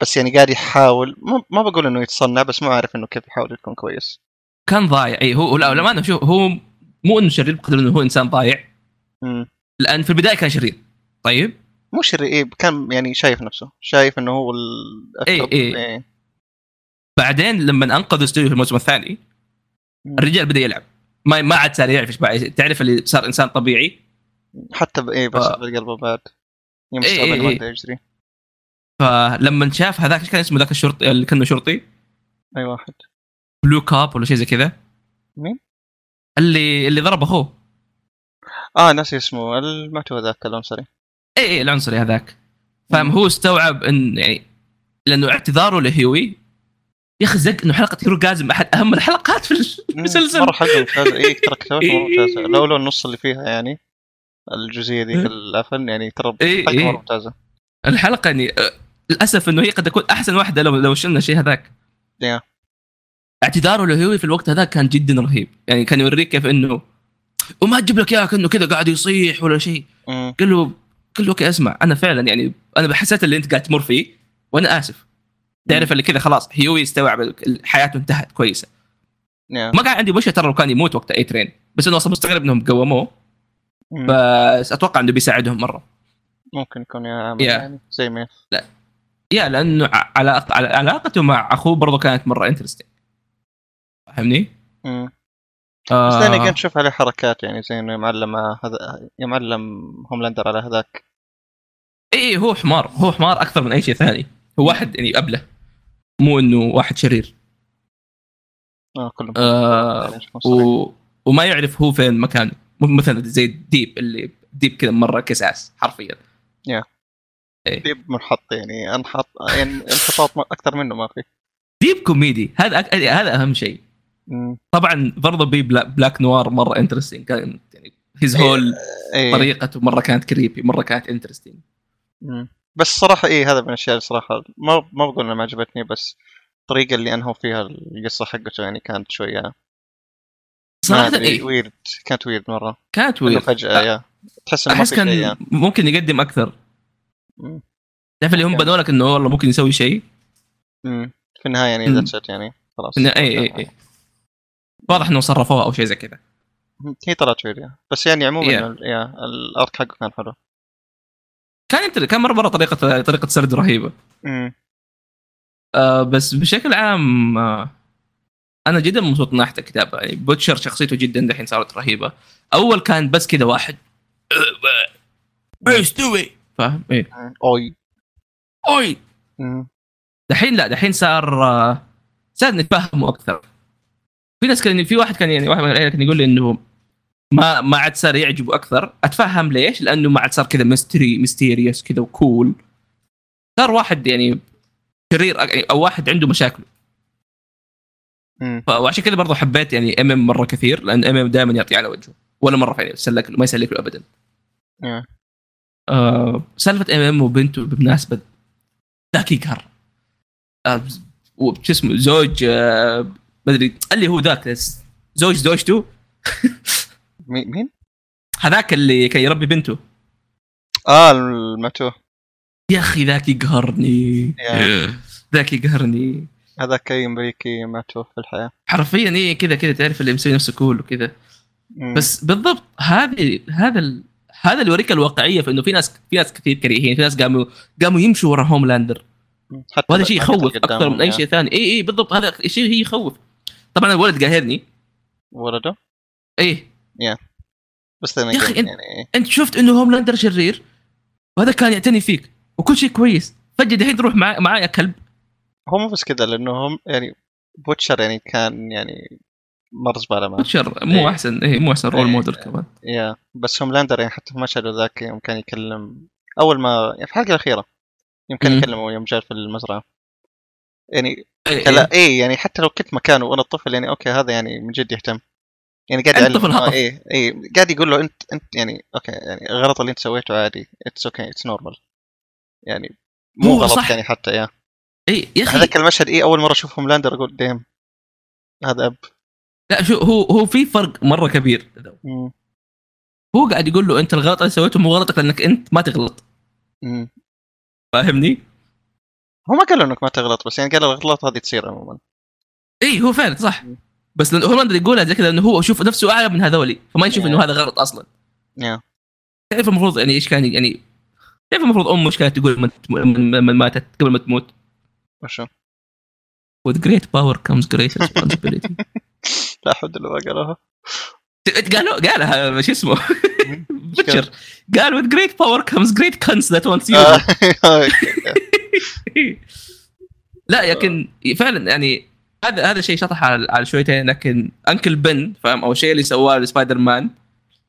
Speaker 1: بس يعني قاعد يحاول ما, ما بقول انه يتصنع بس ما عارف انه كيف يحاول يكون كويس
Speaker 2: كان ضايع اي هو لا لما انا شوف هو مو انه شرير بقدر انه هو انسان ضايع
Speaker 1: مم.
Speaker 2: لان في البدايه كان شرير طيب
Speaker 1: مو شرير إيه كان يعني شايف نفسه شايف انه هو الاكثر
Speaker 2: إيه، إيه.
Speaker 1: إيه.
Speaker 2: بعدين لما انقذوا ستوري في الموسم الثاني
Speaker 1: مم.
Speaker 2: الرجال بدا يلعب ما ما عاد صار يعرف ايش بقى- تعرف اللي صار انسان طبيعي
Speaker 1: حتى ب... ايه بس
Speaker 2: آه.
Speaker 1: بالقلب بعد
Speaker 2: إيه،
Speaker 1: يمشي
Speaker 2: إيه،
Speaker 1: ما
Speaker 2: إيه.
Speaker 1: أدري يجري
Speaker 2: فلما شاف هذاك ايش كان اسمه ذاك الشرطي اللي كانه شرطي
Speaker 1: اي أيوة، واحد
Speaker 2: بلو كاب ولا شيء زي كذا
Speaker 1: مين؟
Speaker 2: اللي اللي ضرب اخوه
Speaker 1: اه ناسي اسمه المعتوه ذاك العنصري
Speaker 2: اي اي إيه، العنصري هذاك فاهم
Speaker 1: مم.
Speaker 2: هو استوعب ان يعني لانه اعتذاره لهيوي يا اخي زق انه حلقه هيرو جازم احد اهم الحلقات في المسلسل
Speaker 1: مره حلقه ممتازه اي ترى كتابته مره
Speaker 2: إيه.
Speaker 1: ممتازه لولا النص اللي فيها يعني الجزئيه ذيك
Speaker 2: إيه.
Speaker 1: العفن يعني ترى
Speaker 2: إيه،
Speaker 1: حلقه
Speaker 2: إيه.
Speaker 1: مره ممتازه
Speaker 2: الحلقه يعني آه، للاسف انه هي قد تكون احسن واحده لو لو شلنا شيء هذاك
Speaker 1: Yeah.
Speaker 2: اعتذاره لهيوي في الوقت هذاك كان جدا رهيب يعني كان يوريك كيف انه وما تجيب لك اياه كانه كذا قاعد يصيح ولا شيء
Speaker 1: مم.
Speaker 2: قال له قال له اوكي اسمع انا فعلا يعني انا حسيت اللي انت قاعد تمر فيه وانا اسف تعرف اللي كذا خلاص هيوي استوعب ال- حياته انتهت كويسه
Speaker 1: يا.
Speaker 2: ما كان عندي مشكله ترى لو كان يموت وقت اي ترين بس انه اصلا مستغرب انهم قوموه
Speaker 1: مم.
Speaker 2: بس اتوقع انه بيساعدهم مره
Speaker 1: ممكن يكون يا عامل
Speaker 2: Yeah.
Speaker 1: يعني زي ما
Speaker 2: يا لانه ع- علاقة عل- علاقته مع اخوه برضه كانت مره انترستنج فاهمني؟
Speaker 1: مم.
Speaker 2: آه
Speaker 1: بس لاني قاعد اشوف عليه حركات يعني زي انه يمعلم على هذا يمعلم هوملاندر على هذاك
Speaker 2: اي إيه، هو حمار هو حمار اكثر من اي شيء ثاني هو واحد يعني ابله مو انه واحد شرير
Speaker 1: آه كلهم
Speaker 2: آه
Speaker 1: يعني شوفهم صراحة.
Speaker 2: و... وما يعرف هو فين مكانه م- مثلا زي الديب اللي ديب كذا مره كساس حرفيا
Speaker 1: ديب منحط يعني انحط يعني انحطاط ما- اكثر منه ما في
Speaker 2: ديب كوميدي هذا أك... هذا اهم شيء
Speaker 1: مم.
Speaker 2: طبعا برضه بي بلا... بلاك نوار مره انترستنج كان يعني هيز هول
Speaker 1: إيه.
Speaker 2: طريقته مره كانت كريبي مره كانت انترستنج
Speaker 1: مم. بس صراحة إيه هذا من الأشياء اللي صراحة ما ما بقول إنها ما عجبتني بس الطريقة اللي أنهوا فيها القصة حقته يعني كانت شوية ما
Speaker 2: صراحه
Speaker 1: أدري،
Speaker 2: اي
Speaker 1: ويرد كانت ويرد مرة
Speaker 2: إيه، كانت آه.
Speaker 1: إنه
Speaker 2: ويرد
Speaker 1: فجأة يا تحس إنه ما
Speaker 2: احس
Speaker 1: في شيء يا.
Speaker 2: كان ممكن يقدم اكثر
Speaker 1: مم.
Speaker 2: تعرف اللي هم
Speaker 1: أوكي.
Speaker 2: بنوا لك انه والله ممكن يسوي شيء
Speaker 1: مم. في النهاية يعني
Speaker 2: مم. إيه،
Speaker 1: ذاتس يعني خلاص
Speaker 2: انه اي اي اي واضح انه صرفوها او شيء زي كذا
Speaker 1: مم. هي طلعت ويرد يا. بس يعني عموما
Speaker 2: Yeah.
Speaker 1: ال- يا الأرك حقه كان حلو
Speaker 2: كان يتر- كان مره مره طريقه طريقه سرد رهيبه
Speaker 1: مم.
Speaker 2: آه بس بشكل عام آه انا جدا مبسوط من ناحيه الكتابه يعني بوتشر شخصيته جدا دحين صارت رهيبه اول كان بس كذا واحد ايش تسوي فاهم ايه
Speaker 1: مم. أوي
Speaker 2: اوي
Speaker 1: مم.
Speaker 2: دحين لا دحين صار آه، صار نتفهمه اكثر في ناس كان في واحد كان يعني واحد من العيله كان يقول لي انه ما ما عاد صار يعجبه اكثر اتفهم ليش لانه ما عاد صار كذا ميستري ميستيريوس كذا وكول صار واحد يعني شرير أك- او واحد عنده مشاكل
Speaker 1: مم.
Speaker 2: ف- وعشان كذا برضو حبيت يعني ام ام مره كثير لان ام ام دائما يعطي على وجهه ولا مره يعني يسلك ما يسلك له ابدا
Speaker 1: Yeah.
Speaker 2: آه سالفه ام ام وبنته بالمناسبه ذاك يقهر آه بز- وش اسمه زوج آه ما ادري اللي هو ذاك لس- زوج زوجته
Speaker 1: مي- مين؟
Speaker 2: هذاك اللي كان يربي بنته
Speaker 1: آه المعتوه
Speaker 2: يا اخي ذاك يقهرني
Speaker 1: يا.
Speaker 2: ذاك يقهرني
Speaker 1: هذاك أي أمريكي معتوه في الحياة
Speaker 2: حرفيا ايه كذا كذا تعرف اللي مسوي نفسه كول وكذا
Speaker 1: مم.
Speaker 2: بس بالضبط هذه هذا ال... هذا اللي يوريك الواقعيه في انه في ناس في ناس كثير كريهين في ناس قاموا قاموا يمشوا ورا هوملاندر
Speaker 1: مم. حتى
Speaker 2: وهذا شيء
Speaker 1: ما قتل
Speaker 2: يخوف اكثر من
Speaker 1: قدامهم،
Speaker 2: اي
Speaker 1: يا.
Speaker 2: شيء ثاني اي اي بالضبط هذا شيء هي يخوف طبعا الولد قاهرني
Speaker 1: ولده
Speaker 2: ايه
Speaker 1: بس لأنه
Speaker 2: يا أخي أنت-
Speaker 1: يعني
Speaker 2: انت شفت انه هوملاندر شرير وهذا كان يعتني فيك وكل شيء كويس فجاه دحين تروح معي معايا كلب
Speaker 1: هو مو بس كذا لانه هم يعني بوتشر يعني كان يعني مر زباله معه
Speaker 2: بوتشر مو
Speaker 1: إيه.
Speaker 2: احسن ايه مو احسن رول
Speaker 1: إيه.
Speaker 2: موديل كمان
Speaker 1: يا بس هوملاندر يعني حتى في مشهد ذاك يوم كان يكلم اول ما يعني في الحلقه الاخيره يوم كان
Speaker 2: مم.
Speaker 1: يكلمه يوم جاء في المزرعه يعني
Speaker 2: إيه،
Speaker 1: كلا
Speaker 2: إيه.
Speaker 1: اي يعني حتى لو كنت مكانه وانا الطفل يعني اوكي هذا يعني من جد يهتم يعني قاعد
Speaker 2: أنت
Speaker 1: يعلم-
Speaker 2: طفل
Speaker 1: آه،
Speaker 2: هطل.
Speaker 1: اي اي قاعد يقول له انت انت يعني اوكي يعني الغلط اللي انت سويته عادي اتس اوكي اتس نورمال يعني مو
Speaker 2: هو
Speaker 1: غلط
Speaker 2: صح.
Speaker 1: يعني حتى يا
Speaker 2: اي إيه، يا اخي
Speaker 1: هذاك المشهد إيه، اي اول مره اشوف هوملاندر اقول ديم هذا اب
Speaker 2: لا شو هو هو في فرق مره كبير
Speaker 1: مم.
Speaker 2: هو قاعد يقول له انت الغلط اللي سويته مو غلطك لانك انت ما تغلط
Speaker 1: مم.
Speaker 2: فاهمني؟
Speaker 1: هو ما قال له انك ما تغلط بس يعني قال الغلطات هذه تصير عموما
Speaker 2: اي إيه، هو فعلا صح
Speaker 1: مم.
Speaker 2: بس لأن هولندا يقولها زي كذا انه هو يشوف نفسه اعلى من هذولي فما يشوف
Speaker 1: Yeah.
Speaker 2: انه هذا غلط اصلا
Speaker 1: يا
Speaker 2: كيف المفروض يعني ايش كان يعني كيف المفروض امه ايش كانت تقول من, من, من ماتت قبل ما تموت
Speaker 1: وشو
Speaker 2: with great power comes great responsibility
Speaker 1: لا حد اللي ما قالها
Speaker 2: قالوا قالها شو اسمه
Speaker 1: مم.
Speaker 2: بشر قال with great power comes great cunts that wants you
Speaker 1: آه، أوكي، أوكي.
Speaker 2: لا لكن فعلا يعني هذا هذا شيء شطح على, على شويتين لكن انكل بن فاهم او الشيء اللي سواه لسبايدر مان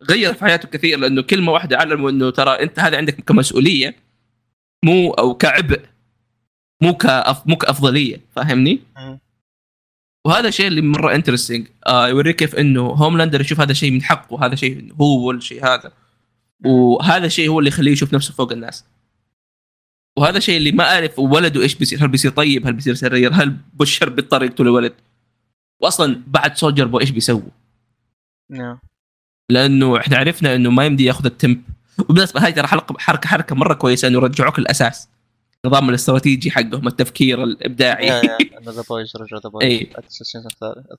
Speaker 2: غير في حياته كثير لانه كلمه واحده علمه انه ترى انت هذا عندك كمسؤوليه مو او كعبء مو كأف مو كافضليه فاهمني؟
Speaker 1: مم.
Speaker 2: وهذا الشيء اللي مره انترستنج آه يوريك كيف انه هوملاندر يشوف هذا الشيء من حقه هذا شيء هو والشيء هذا وهذا الشيء هو اللي يخليه يشوف نفسه فوق الناس وهذا الشيء اللي ما اعرف ولده ايش بيصير هل بيصير طيب هل بيصير شرير هل بشر بيضطر يقتل الولد واصلا بعد سولجر بوي ايش بيسوي
Speaker 1: يا.
Speaker 2: لانه احنا عرفنا انه ما يمدي ياخذ التمب وبالنسبه هاي ترى حلقه حركه حركه مره كويسه انه رجعوك الاساس نظام الاستراتيجي حقهم التفكير الابداعي
Speaker 1: يا يا ذا بويز رجع ذا بويز
Speaker 2: إيه.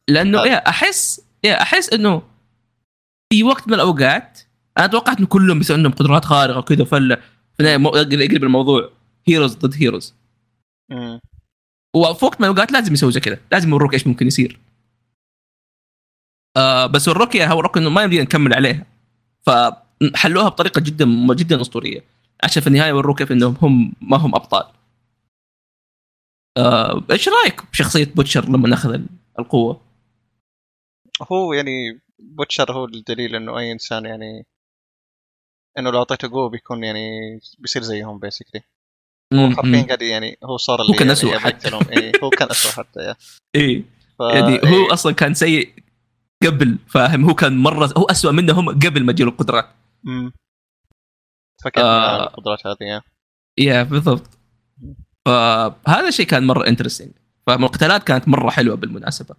Speaker 2: لانه
Speaker 1: هذا.
Speaker 2: يا احس يا احس انه في وقت من الاوقات انا توقعت انه كلهم بيصير عندهم قدرات خارقه وكذا فلا في النهاية مو- يقلب الموضوع هيروز ضد هيروز وفي وقت من الاوقات لازم يسوي زي كذا لازم يوروك ايش ممكن يصير آه بس وروك اياها وروك انه ما يمدينا نكمل عليها فحلوها بطريقه جدا جدا اسطوريه عشان في النهايه وروك كيف انهم هم ما هم ابطال آه ايش رايك بشخصيه بوتشر لما ناخذ ال- القوه
Speaker 1: هو يعني بوتشر هو الدليل انه اي انسان يعني انه لو اعطيته قوه بيكون يعني بيصير زيهم بيسكلي حرفيا قاعد يعني هو صار اللي
Speaker 2: كان
Speaker 1: يعني
Speaker 2: أسوأ
Speaker 1: يبي
Speaker 2: حتى.
Speaker 1: يقتلهم. إيه، هو كان اسوء حتى يا.
Speaker 2: ايه
Speaker 1: ف...
Speaker 2: يعني هو
Speaker 1: إيه،
Speaker 2: اصلا كان سيء قبل فاهم هو كان مره هو أسوأ منهم قبل ما جيله القدرات
Speaker 1: مم. فكر
Speaker 2: آه.
Speaker 1: آه. القدرات هذه يا.
Speaker 2: يا بالضبط فهذا الشيء كان مره انترستنج فالمقتلات كانت مره حلوه بالمناسبه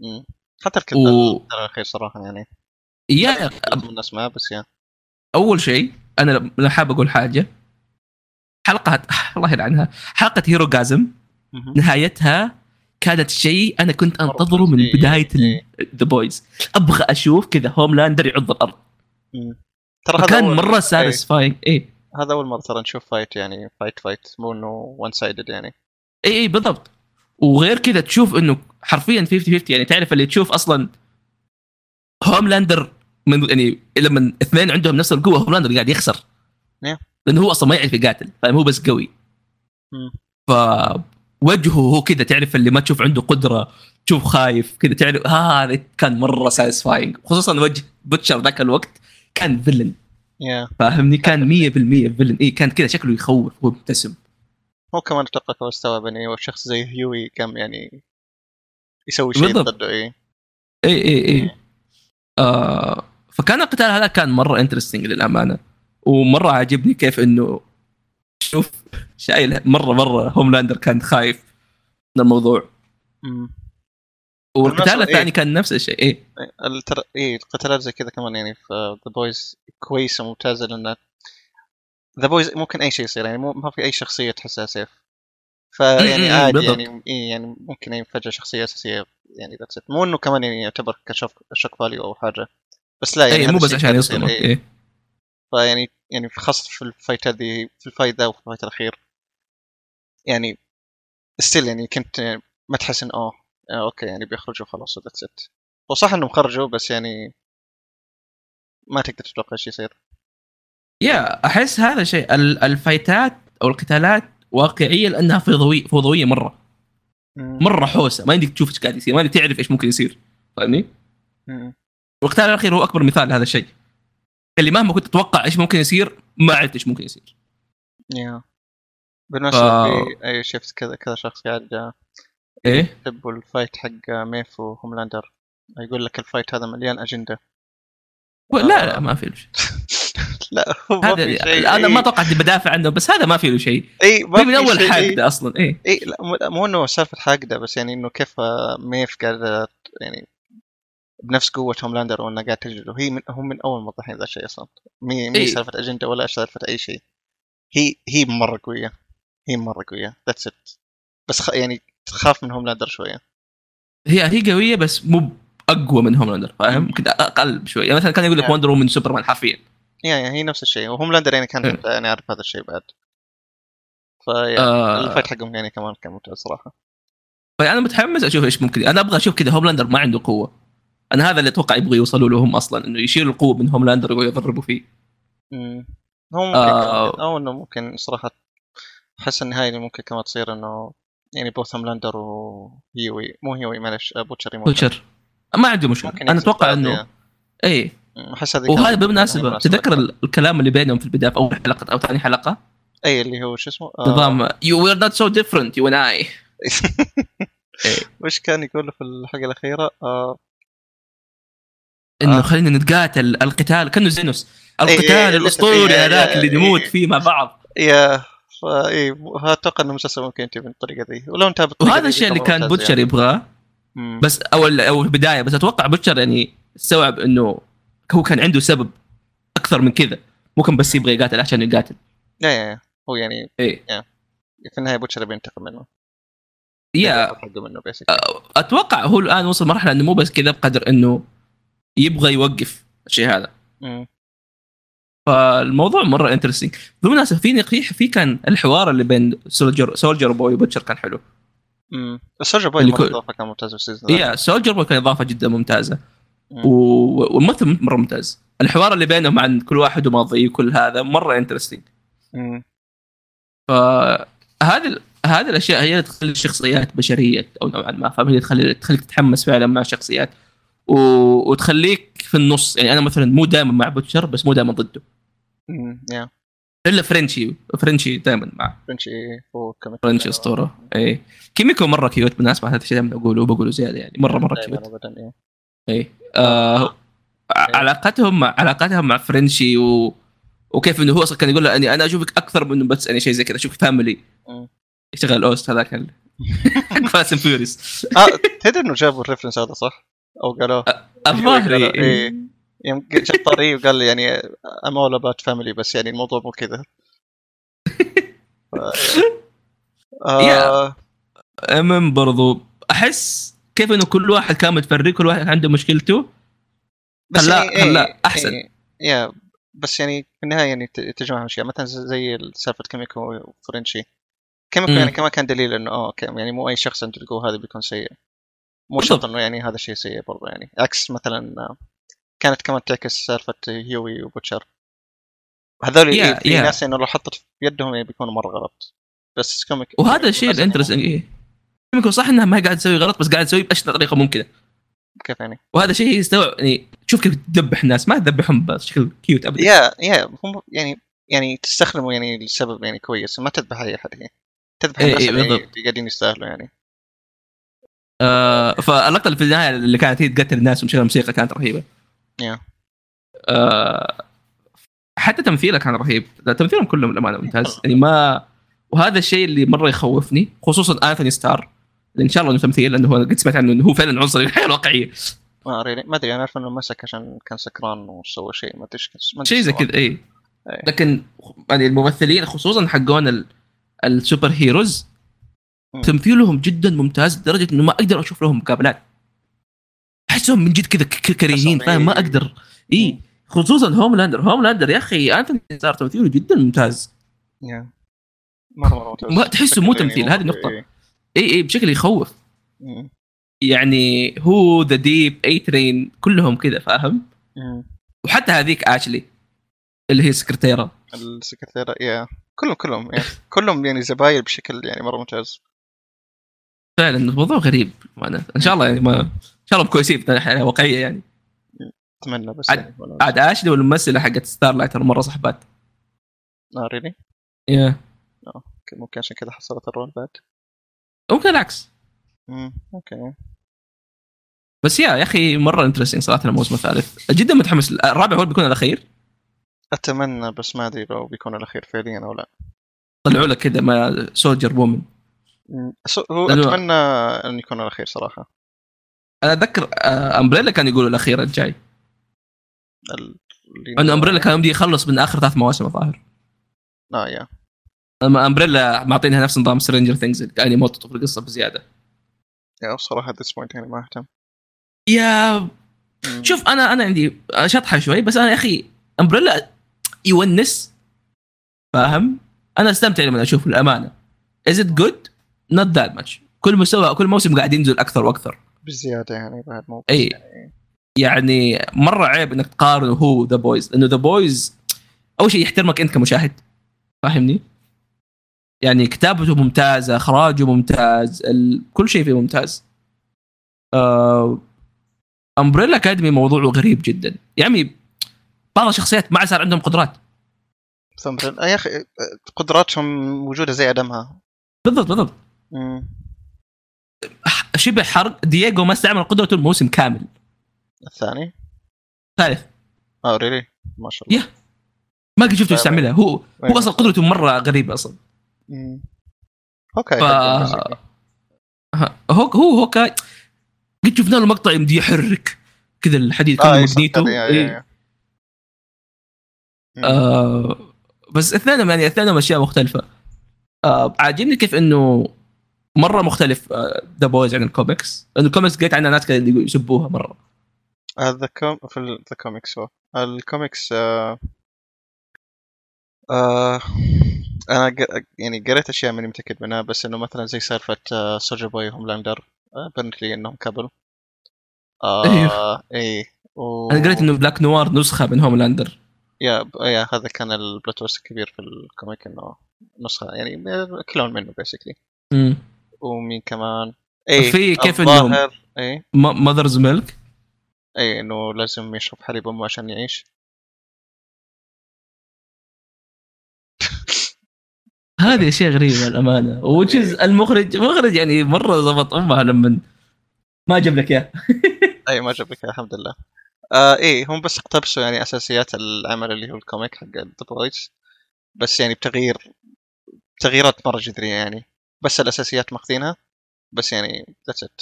Speaker 1: مم. حتى الكتاب
Speaker 2: و
Speaker 1: ترى اخي صراحه يعني
Speaker 2: يا
Speaker 1: أب... الناس معاه بس يعني. يا
Speaker 2: اول شيء انا لما حاب اقول حاجه حلقه الله يلعنها حلقه هيرو جازم
Speaker 1: مهم.
Speaker 2: نهايتها كانت شيء انا كنت
Speaker 1: مرة
Speaker 2: انتظره من
Speaker 1: إيه،
Speaker 2: بدايه
Speaker 1: إيه.
Speaker 2: ذا بويز ابغى اشوف كذا هوملاندر يعض الارض
Speaker 1: مم. ترى
Speaker 2: فكان
Speaker 1: أول-
Speaker 2: مره
Speaker 1: إيه،
Speaker 2: ساتيسفاينج ايه
Speaker 1: هذا اول مره ترى نشوف فايت يعني فايت فايت مو انه وان سايدد يعني
Speaker 2: اي اي إيه، بالضبط وغير كذا تشوف انه حرفيا 50 50 يعني تعرف اللي تشوف اصلا هوملاندر من يعني لما اثنين عندهم نفس القوه هوملاندر قاعد يخسر
Speaker 1: Yeah.
Speaker 2: لانه هو اصلا ما يعرف يقاتل فاهم هو بس قوي
Speaker 1: مم.
Speaker 2: ف وجهه هو كذا تعرف اللي ما تشوف عنده قدره تشوف خايف كذا تعرف آه، هذا كان مره ساتيسفاينج خصوصا وجه بوتشر ذاك الوقت كان فيلن
Speaker 1: يا
Speaker 2: فاهمني كان 100% فيلن اي إيه، كان كذا شكله يخوف هو مبتسم
Speaker 1: هو كمان اتوقع كان مستوعب انه شخص زي هيوي كم يعني يسوي شيء
Speaker 2: بالضبط.
Speaker 1: ضده إيه. اي
Speaker 2: اي اي اي إيه، آه فكان القتال هذا كان مره انترستنج للامانه ومره عاجبني كيف انه شوف شايل مره مره هوملاندر كان خايف من الموضوع والقتال
Speaker 1: بالمناسبة،
Speaker 2: الثاني
Speaker 1: إيه.
Speaker 2: كان نفس الشيء ايه
Speaker 1: التر... اي القتالات زي كذا كمان يعني في ذا بويز كويسه ممتازه لان ذا بويز ممكن اي شيء يصير يعني مو ما في اي شخصيه تحسها سيف
Speaker 2: أمم،
Speaker 1: فيعني
Speaker 2: أمم،
Speaker 1: عادي
Speaker 2: بالضبط.
Speaker 1: يعني إيه يعني ممكن يعني فجاه شخصيه اساسيه يعني ذاتس مو انه كمان يعني يعتبر كشوك شوك فاليو او حاجه بس لا يعني
Speaker 2: ايه
Speaker 1: هذا
Speaker 2: مو بس
Speaker 1: الشيء
Speaker 2: عشان
Speaker 1: قاعد
Speaker 2: يصدمك
Speaker 1: يصير، إيه.
Speaker 2: ايه
Speaker 1: فيعني يعني في خاصة في الفايت هذه في الفايت ذا وفي الفايت الأخير يعني ستيل يعني كنت ما تحس إن أوه آه، أوكي يعني بيخرجوا خلاص ذاتس إت هو صح إنهم خرجوا بس يعني ما تقدر تتوقع ايش يصير
Speaker 2: يا احس هذا شيء ال- الفايتات او القتالات واقعيه لانها فيضوي فوضويه مره مره حوسه ما يمديك تشوف ايش قاعد يصير ما يمديك تعرف ايش ممكن يصير فاهمني؟
Speaker 1: مم.
Speaker 2: والاقتال الاخير هو اكبر مثال لهذا الشيء اللي مهما كنت تتوقع ايش ممكن يصير ما عرفت ايش ممكن يصير
Speaker 1: يا بالمناسبة
Speaker 2: آه.
Speaker 1: في اي شفت كذا كذا شخص قاعد
Speaker 2: ايه
Speaker 1: يسب الفايت حق ميف وهوملاندر يقول لك الفايت هذا مليان اجنده
Speaker 2: لا لا ما في له شيء
Speaker 1: لا هو آه. ما في شيء
Speaker 2: هذا انا ما طيب، توقعت إني بدافع عنه بس هذا ما في له شيء
Speaker 1: اي ما
Speaker 2: في
Speaker 1: في
Speaker 2: من اول
Speaker 1: شيء.
Speaker 2: حاجه ده اصلا ايه
Speaker 1: اي إيه، لا مو- مو انه سالفه حاقده بس يعني انه كيف آه، ميف قاعده يعني بنفس قوة هوملاندر وانه قاعد تجلده هي من هم من اول موضحين ذا الشيء اصلا مي مي
Speaker 2: إيه.
Speaker 1: سالفة اجندة ولا سالفة اي شيء هي هي مرة قوية هي مرة قوية ذاتس ات بس خ... يعني تخاف من هوملاندر شوية
Speaker 2: هي هي قويه بس مو اقوى من هوملاندر فاهم كده اقل بشوي يعني مثلا كان يقول لك
Speaker 1: نعم.
Speaker 2: وندر وومن سوبرمان حرفيا
Speaker 1: يعني هي نفس الشيء وهوملاندر يعني كان
Speaker 2: إيه.
Speaker 1: حتى يعني عارف هذا الشيء بعد فيعني
Speaker 2: آه
Speaker 1: الفايت حقهم يعني كمان كان ممتاز صراحة
Speaker 2: فانا متحمس اشوف ايش ممكن انا ابغى اشوف كده هوملاندر ما عنده قوه انا هذا اللي اتوقع يبغوا يوصلوا له هم اصلا انه يشيلوا القوه من هوملاندر ويضربوا فيه
Speaker 1: مم. هو ممكن
Speaker 2: آه.
Speaker 1: كمان- او انه ممكن صراحة احس النهاية اللي ممكن كمان تصير انه يعني بوثم لاندر وهيوي مو هيوي معلش آه، بوتشر يموت.
Speaker 2: بوتشر ما عنده مشكله
Speaker 1: ممكن
Speaker 2: انا
Speaker 1: يكسب
Speaker 2: اتوقع
Speaker 1: بعض،
Speaker 2: انه
Speaker 1: يعني.
Speaker 2: اي
Speaker 1: مم، احس هذه
Speaker 2: إيه. وهذا
Speaker 1: كانت-
Speaker 2: بالمناسبه تذكر ال- الكلام اللي بينهم في البدايه في اول حلقه او ثاني حلقه
Speaker 1: اي اللي هو شو اسمه آه، إيه.
Speaker 2: نظام يو وير نوت سو ديفرنت يو اند اي إيه.
Speaker 1: وش كان يقول في الحلقة الأخيرة؟ آه،
Speaker 2: انه
Speaker 1: آه.
Speaker 2: خلينا نتقاتل القتال كانه زينوس
Speaker 1: إيه، إيه،
Speaker 2: القتال
Speaker 1: لسه
Speaker 2: الاسطوري
Speaker 1: في-
Speaker 2: هذاك اللي
Speaker 1: إيه،
Speaker 2: نموت
Speaker 1: إيه.
Speaker 2: فيه مع بعض
Speaker 1: يا إيه، فا اي مو- ها- اتوقع انه المسلسل ممكن ينتهي بالطريقة ذي ولو انتهى بالطريقة
Speaker 2: وهذا
Speaker 1: ذي
Speaker 2: الشيء اللي
Speaker 1: بيكون
Speaker 2: كان
Speaker 1: إيه، ممتاز
Speaker 2: بوتشر
Speaker 1: يعني.
Speaker 2: يبغاه
Speaker 1: مم.
Speaker 2: بس اول او البدايه بس اتوقع بوتشر يعني استوعب انه هو كان عنده سبب اكثر من كذا مو كان بس يبغى يقاتل عشان يقاتل
Speaker 1: يا يا يا. هو يعني
Speaker 2: ايه
Speaker 1: في النهاية بوتشر بينتقم منه
Speaker 2: يا آه.
Speaker 1: بياخذ حقه منه basically.
Speaker 2: اتوقع هو الان وصل مرحله انه مو بس كذا بقدر انه يبغى يوقف الشيء هذا
Speaker 1: مم.
Speaker 2: فالموضوع مره انترستنج بالمناسبه في نقيح في كان الحوار اللي بين سولجر سولجر بوي وبوتشر كان حلو
Speaker 1: مم. السولجر بوي
Speaker 2: اللي
Speaker 1: مرة
Speaker 2: كل-
Speaker 1: إضافة كان ممتاز في السيزون هذا.
Speaker 2: يا سولجر بوي كان اضافه جدا ممتازه
Speaker 1: مم.
Speaker 2: و... والممثل مره ممتاز الحوار اللي بينهم عن كل واحد وماضيه كل هذا مره انترستنج
Speaker 1: مم.
Speaker 2: فهذه ال- هذه الاشياء هي اللي تخلي الشخصيات بشريه او نوعا ما فاهم هي اللي تخلي تخليك تتحمس فعلا مع الشخصيات و... وتخليك في النص يعني انا مثلا مو دائما مع بوتشر بس مو دائما ضده
Speaker 1: مم. يا
Speaker 2: الا فرنشي فرنشي دائما مع
Speaker 1: فرنشي هو كمان
Speaker 2: فرنشي اسطوره اي إيه. كيميكو مره كيوت بالمناسبه هذا الشيء دائما اقوله وبقوله زياده يعني مره مره
Speaker 1: دايماً
Speaker 2: كيوت
Speaker 1: ابدا إيه.
Speaker 2: اي آه ع- علاقتهم مع علاقتهم مع فرنشي و... وكيف انه هو اصلا كان يقول له اني انا اشوفك اكثر من بس يعني شيء زي كذا اشوفك فاميلي
Speaker 1: مم.
Speaker 2: يشتغل اوست هذاك ال- حق فاست اند فيوريس
Speaker 1: اه تدري انه جابوا الريفرنس هذا صح؟ او قالوه
Speaker 2: الظاهر
Speaker 1: إيه.
Speaker 2: إيه.
Speaker 1: يوم جاب طاري وقال لي يعني ام اول اباوت فاميلي بس يعني الموضوع مو كذا آه
Speaker 2: المهم أمم، برضو احس كيف انه كل واحد كان متفرق كل واحد عنده مشكلته
Speaker 1: بس
Speaker 2: خلاه-
Speaker 1: يعني إيه،
Speaker 2: خلاه أحسن.
Speaker 1: إيه، يا بس يعني في النهايه يعني ت- تجمع اشياء مثلا زي سالفه كيميكو وفرنشي كيميكو
Speaker 2: مم.
Speaker 1: يعني كمان كان دليل انه اه أوكي، يعني مو اي شخص انت تلقوه هذا بيكون سيء مو
Speaker 2: بالضبط.
Speaker 1: شرط انه يعني هذا شيء سيء برضه يعني عكس مثلا آه، كانت كمان تعكس سالفه هيوي وبوتشر هذول
Speaker 2: يا-
Speaker 1: yeah, في
Speaker 2: يا.
Speaker 1: ناس انه لو حطت في يدهم يعني بيكونوا مره غلط بس كوميك
Speaker 2: وهذا الشيء
Speaker 1: بس يعني
Speaker 2: الانترستنج ايه يمكن صح انها ما قاعد تسوي غلط بس قاعد تسوي باشنع طريقه ممكنه
Speaker 1: كيف يعني
Speaker 2: وهذا شيء يستوعب يعني شوف كيف تذبح الناس ما تذبحهم بشكل كيوت ابدا
Speaker 1: يا يا هم يعني يعني تستخدمه يعني لسبب يعني كويس ما تذبح اي احد هي تذبح
Speaker 2: إيه،
Speaker 1: الناس
Speaker 2: إيه،
Speaker 1: اللي
Speaker 2: بالضبط.
Speaker 1: اللي قاعدين يستاهلوا يعني
Speaker 2: آه فاللقطه اللي في النهايه اللي كانت هي تقتل الناس ومشغله موسيقى كانت رهيبه
Speaker 1: يا.
Speaker 2: آه حتى تمثيله كان رهيب لا، تمثيلهم كلهم للامانه ممتاز يعني ما وهذا الشيء اللي مره يخوفني خصوصا انثوني ستار ان شاء الله انه تمثيل لانه هو قد سمعت عنه انه هو فعلا عنصري في الحياه الواقعيه
Speaker 1: ما ادري ما ادري انا اعرف انه مسك عشان كان سكران وسوى شيء ما ادري ايش كان- ما أدري
Speaker 2: شيء
Speaker 1: إيش
Speaker 2: زي
Speaker 1: سوى.
Speaker 2: كذا اي
Speaker 1: إيه.
Speaker 2: لكن يعني الممثلين خصوصا حقون ال- السوبر هيروز
Speaker 1: مم.
Speaker 2: تمثيلهم جدا ممتاز لدرجه انه ما اقدر اشوف لهم مقابلات احسهم من جد كذا ك- ك- كريهين
Speaker 1: أحسهم
Speaker 2: فاهم ما
Speaker 1: إيه.
Speaker 2: اقدر اي خصوصا هوملاندر هوملاندر يا اخي انثوني ستار تمثيله جدا ممتاز
Speaker 1: يا. مره مره ممتاز.
Speaker 2: ما تحسه مو
Speaker 1: فكرة
Speaker 2: تمثيل،
Speaker 1: يعني
Speaker 2: هذه النقطة.
Speaker 1: إيه.
Speaker 2: اي اي بشكل يخوف
Speaker 1: مم.
Speaker 2: يعني هو ذا ديب اي ترين كلهم كذا فاهم
Speaker 1: مم.
Speaker 2: وحتى هذيك اشلي اللي هي سكرتيره
Speaker 1: السكرتيرة يا كلهم كلهم يعني كلهم يعني زباين بشكل يعني مره ممتاز
Speaker 2: فعلا الموضوع غريب أنا. ان شاء الله يعني ما ان شاء الله كويسين يعني واقعيه يعني
Speaker 1: اتمنى بس
Speaker 2: عاد-
Speaker 1: يعني ولا-
Speaker 2: عاد اشلي والممثله حقت ستارلايت ترى مره صحبات
Speaker 1: آه، really؟
Speaker 2: يا
Speaker 1: ممكن عشان كذا حصلت الرول باك
Speaker 2: ممكن العكس
Speaker 1: مم، اوكي
Speaker 2: بس يا يا اخي مره انترستنج صراحه الموسم الثالث جدا متحمس الرابع هو اللي بيكون الاخير
Speaker 1: اتمنى بس ما ادري لو بيكون الاخير فعليا او لا
Speaker 2: طلعوا لك كذا ما سولجر وومن
Speaker 1: مم، سو- هو
Speaker 2: لأنه-
Speaker 1: اتمنى انه يكون الاخير صراحه
Speaker 2: انا اتذكر آه، امبريلا كان يقولوا الاخير الجاي
Speaker 1: ال- اللي-
Speaker 2: انه امبريلا كان يمدي يخلص من اخر ثلاث مواسم الظاهر
Speaker 1: اه يا
Speaker 2: اما امبريلا معطينها نفس نظام يعني سترينجر ثينجز كان يمططوا في القصه بزياده
Speaker 1: يا بصراحه ذس بوينت يعني ما اهتم
Speaker 2: يا
Speaker 1: مم.
Speaker 2: شوف انا انا عندي شطحه شوي بس انا يا اخي امبريلا يونس فاهم انا استمتع لما اشوف الامانه از ات جود نوت ذات ماتش كل مستوى كل موسم قاعد ينزل اكثر واكثر
Speaker 1: بزياده يعني بعد مو
Speaker 2: اي إيه. يعني مره عيب انك تقارنه هو ذا بويز لانه ذا بويز اول شيء يحترمك انت كمشاهد فاهمني؟ يعني كتابته ممتازه، اخراجه ممتاز، ال... كل شيء فيه ممتاز. آه... امبريلا اكاديمي موضوعه غريب جدا، يا عمي بعض الشخصيات ما عاد صار عندهم قدرات.
Speaker 1: ثمرن آه، يا اخي آه، قدراتهم موجوده زي عدمها
Speaker 2: بالضبط بالضبط
Speaker 1: مم.
Speaker 2: ح- شبه حرق دييغو ما استعمل قدرته الموسم كامل،
Speaker 1: الثاني
Speaker 2: ثالث
Speaker 1: اه ريلي ما شاء الله
Speaker 2: يا. ما قد شفته يستعملها، هو
Speaker 1: طيب.
Speaker 2: هو اصلا قدرته مره غريبه اصلا.
Speaker 1: مم. اوكي
Speaker 2: ف... هو هو هو كا... قد شفنا له مقطع يمدي يحرك كذا الحديد
Speaker 1: آه،
Speaker 2: كله ماجنيتو إيه. آه، بس اثنينهم يعني اثنينهم اشياء مختلفه آه، عاجبني كيف انه مره مختلف ذا بويز عن الكوميكس لانه الكوميكس قلت عنها ناس كانوا يسبوها مره
Speaker 1: ذا كوم آه، في ذا كوميكس هو الكوميكس آه... آه... انا ق... يعني قريت اشياء ماني متاكد منها بس انه مثلا زي سالفه آه... سولجر بوي وهوملاندر ابرنتلي انهم كابل آه... اي و...
Speaker 2: انا أيوه. قريت انه بلاك نوار نسخه من هوملاندر
Speaker 1: يا ب- يا هذا كان البلوت تويست الكبير في الكوميك انه نسخه يعني كلون منه بيسكلي
Speaker 2: مم.
Speaker 1: ومين كمان اي
Speaker 2: في كيف
Speaker 1: الظاهر-
Speaker 2: إنهم-
Speaker 1: اي
Speaker 2: ماذرز ميلك
Speaker 1: اي انه لازم يشرب حليب امه عشان يعيش
Speaker 2: هذه اشياء غريبه الامانه وجز المخرج المخرج يعني مره زبط امها لما ما جاب لك اياه
Speaker 1: اي ما جاب لك الحمد لله آه اي هم بس اقتبسوا يعني اساسيات العمل اللي هو الكوميك حق ذا بويز بس يعني بتغيير تغييرات مره جذريه يعني بس الاساسيات ماخذينها بس يعني ذاتس ات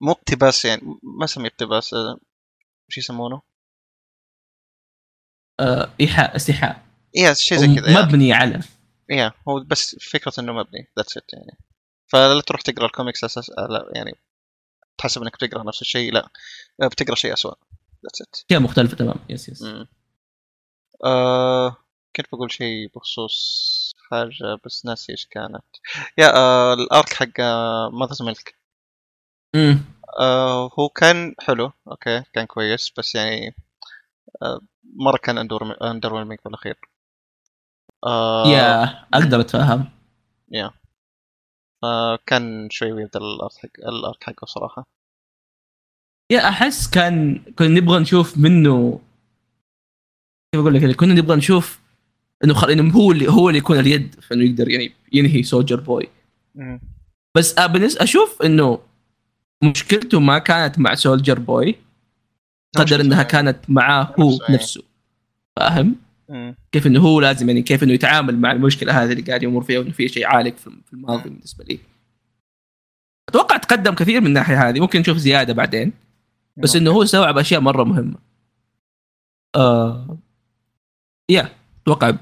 Speaker 1: مو اقتباس يعني ما اسميه اقتباس آه، وش يسمونه؟
Speaker 2: آه، ايحاء استيحاء
Speaker 1: يا إيه، شيء زي كذا يا.
Speaker 2: مبني على
Speaker 1: يا هو بس فكره انه مبني ذاتس ات يعني فلا تروح تقرا الكوميكس اساس آه، لا يعني تحسب انك بتقرا نفس الشيء لا آه، بتقرا شيء اسوء ذاتس ات
Speaker 2: اشياء مختلفه تمام يس يس
Speaker 1: مم. آه كنت بقول شيء بخصوص حاجة بس ناسي ايش كانت يا آه الارك حق ماذرز ميلك
Speaker 2: مم.
Speaker 1: آه هو كان حلو اوكي كان كويس بس يعني آه مرة كان اندر اندر ويلمينج بالاخير آه
Speaker 2: يا اقدر اتفهم
Speaker 1: آه كان شوي ويرد الارك حق الارك حقه صراحة
Speaker 2: يا احس كان كنا نبغى نشوف منه كيف اقول لك يعني، كنا نبغى نشوف انه خل... انه هو اللي هو اللي يكون اليد فانه يقدر يعني ينهي سولجر بوي
Speaker 1: مم.
Speaker 2: بس آه، بالنسبه اشوف انه مشكلته ما كانت مع سولجر بوي قدر انها كانت معاه هو
Speaker 1: نفسه، إيه.
Speaker 2: نفسه فاهم؟
Speaker 1: مم.
Speaker 2: كيف انه هو لازم يعني كيف انه يتعامل مع المشكله هذه اللي قاعد يمر فيها وانه في شيء عالق في في الماضي بالنسبه لي. اتوقع تقدم كثير من الناحيه هذه ممكن نشوف زياده بعدين بس انه هو استوعب اشياء مره مهمه. آه يا اتوقع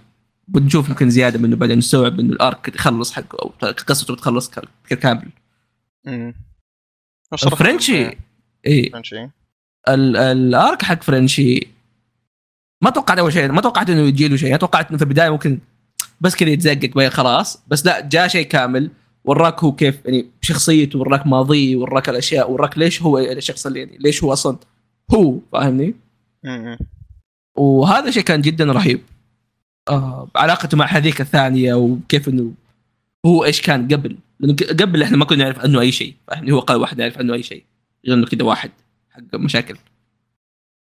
Speaker 2: بنشوف يمكن زياده منه بعدين نستوعب انه الارك يخلص حقه او قصته بتخلص ك- كامل.
Speaker 1: مم. وصراحة- يعني
Speaker 2: فرنشي اي
Speaker 1: فرنشي
Speaker 2: ال- الارك حق فرنشي ما توقعت اول شيء ما توقعت انه يجي له شيء انا توقعت انه في البدايه ممكن بس كذا يتزقق بين خلاص بس لا جاء شيء كامل وراك هو كيف يعني شخصيته وراك ماضيه وراك الاشياء وراك ليش هو الشخص اللي يعني ليش هو اصلا هو فاهمني
Speaker 1: مم.
Speaker 2: وهذا شيء كان جدا رهيب آه علاقته مع هذيك الثانيه وكيف انه هو ايش كان قبل لانه ق- قبل احنا ما كنا نعرف عنه اي شيء يعني هو قال واحد نعرف عنه اي شيء غير انه كذا واحد حق مشاكل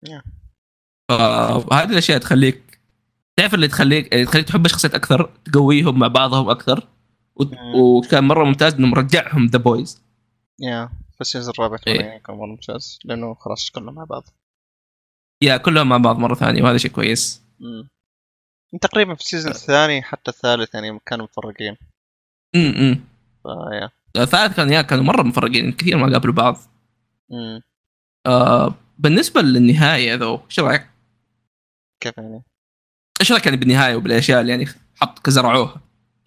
Speaker 1: Yeah.
Speaker 2: فهذه الاشياء تخليك تعرف اللي تخليك اللي تخليك تحب الشخصيات اكثر تقويهم مع بعضهم اكثر وت-
Speaker 1: Mm.
Speaker 2: وكان مره ممتاز انه مرجعهم ذا بويز
Speaker 1: يا فالسيزون الرابع
Speaker 2: إيه.
Speaker 1: اتمنى يعني يكون مره ممتاز لانه خلاص كلهم مع بعض
Speaker 2: يا كلهم مع بعض مره ثانيه وهذا شيء كويس
Speaker 1: مم. تقريبا في
Speaker 2: آه.
Speaker 1: السيزون الثاني حتى الثالث يعني كانوا متفرقين
Speaker 2: امم
Speaker 1: فيا
Speaker 2: الثالث كان يا كانوا مره مفرقين كثير ما قابلوا بعض
Speaker 1: مم.
Speaker 2: آه بالنسبه للنهايه ذو ايش رايك؟
Speaker 1: كيف يعني؟
Speaker 2: ايش رايك يعني بالنهايه وبالاشياء اللي يعني حط زرعوها؟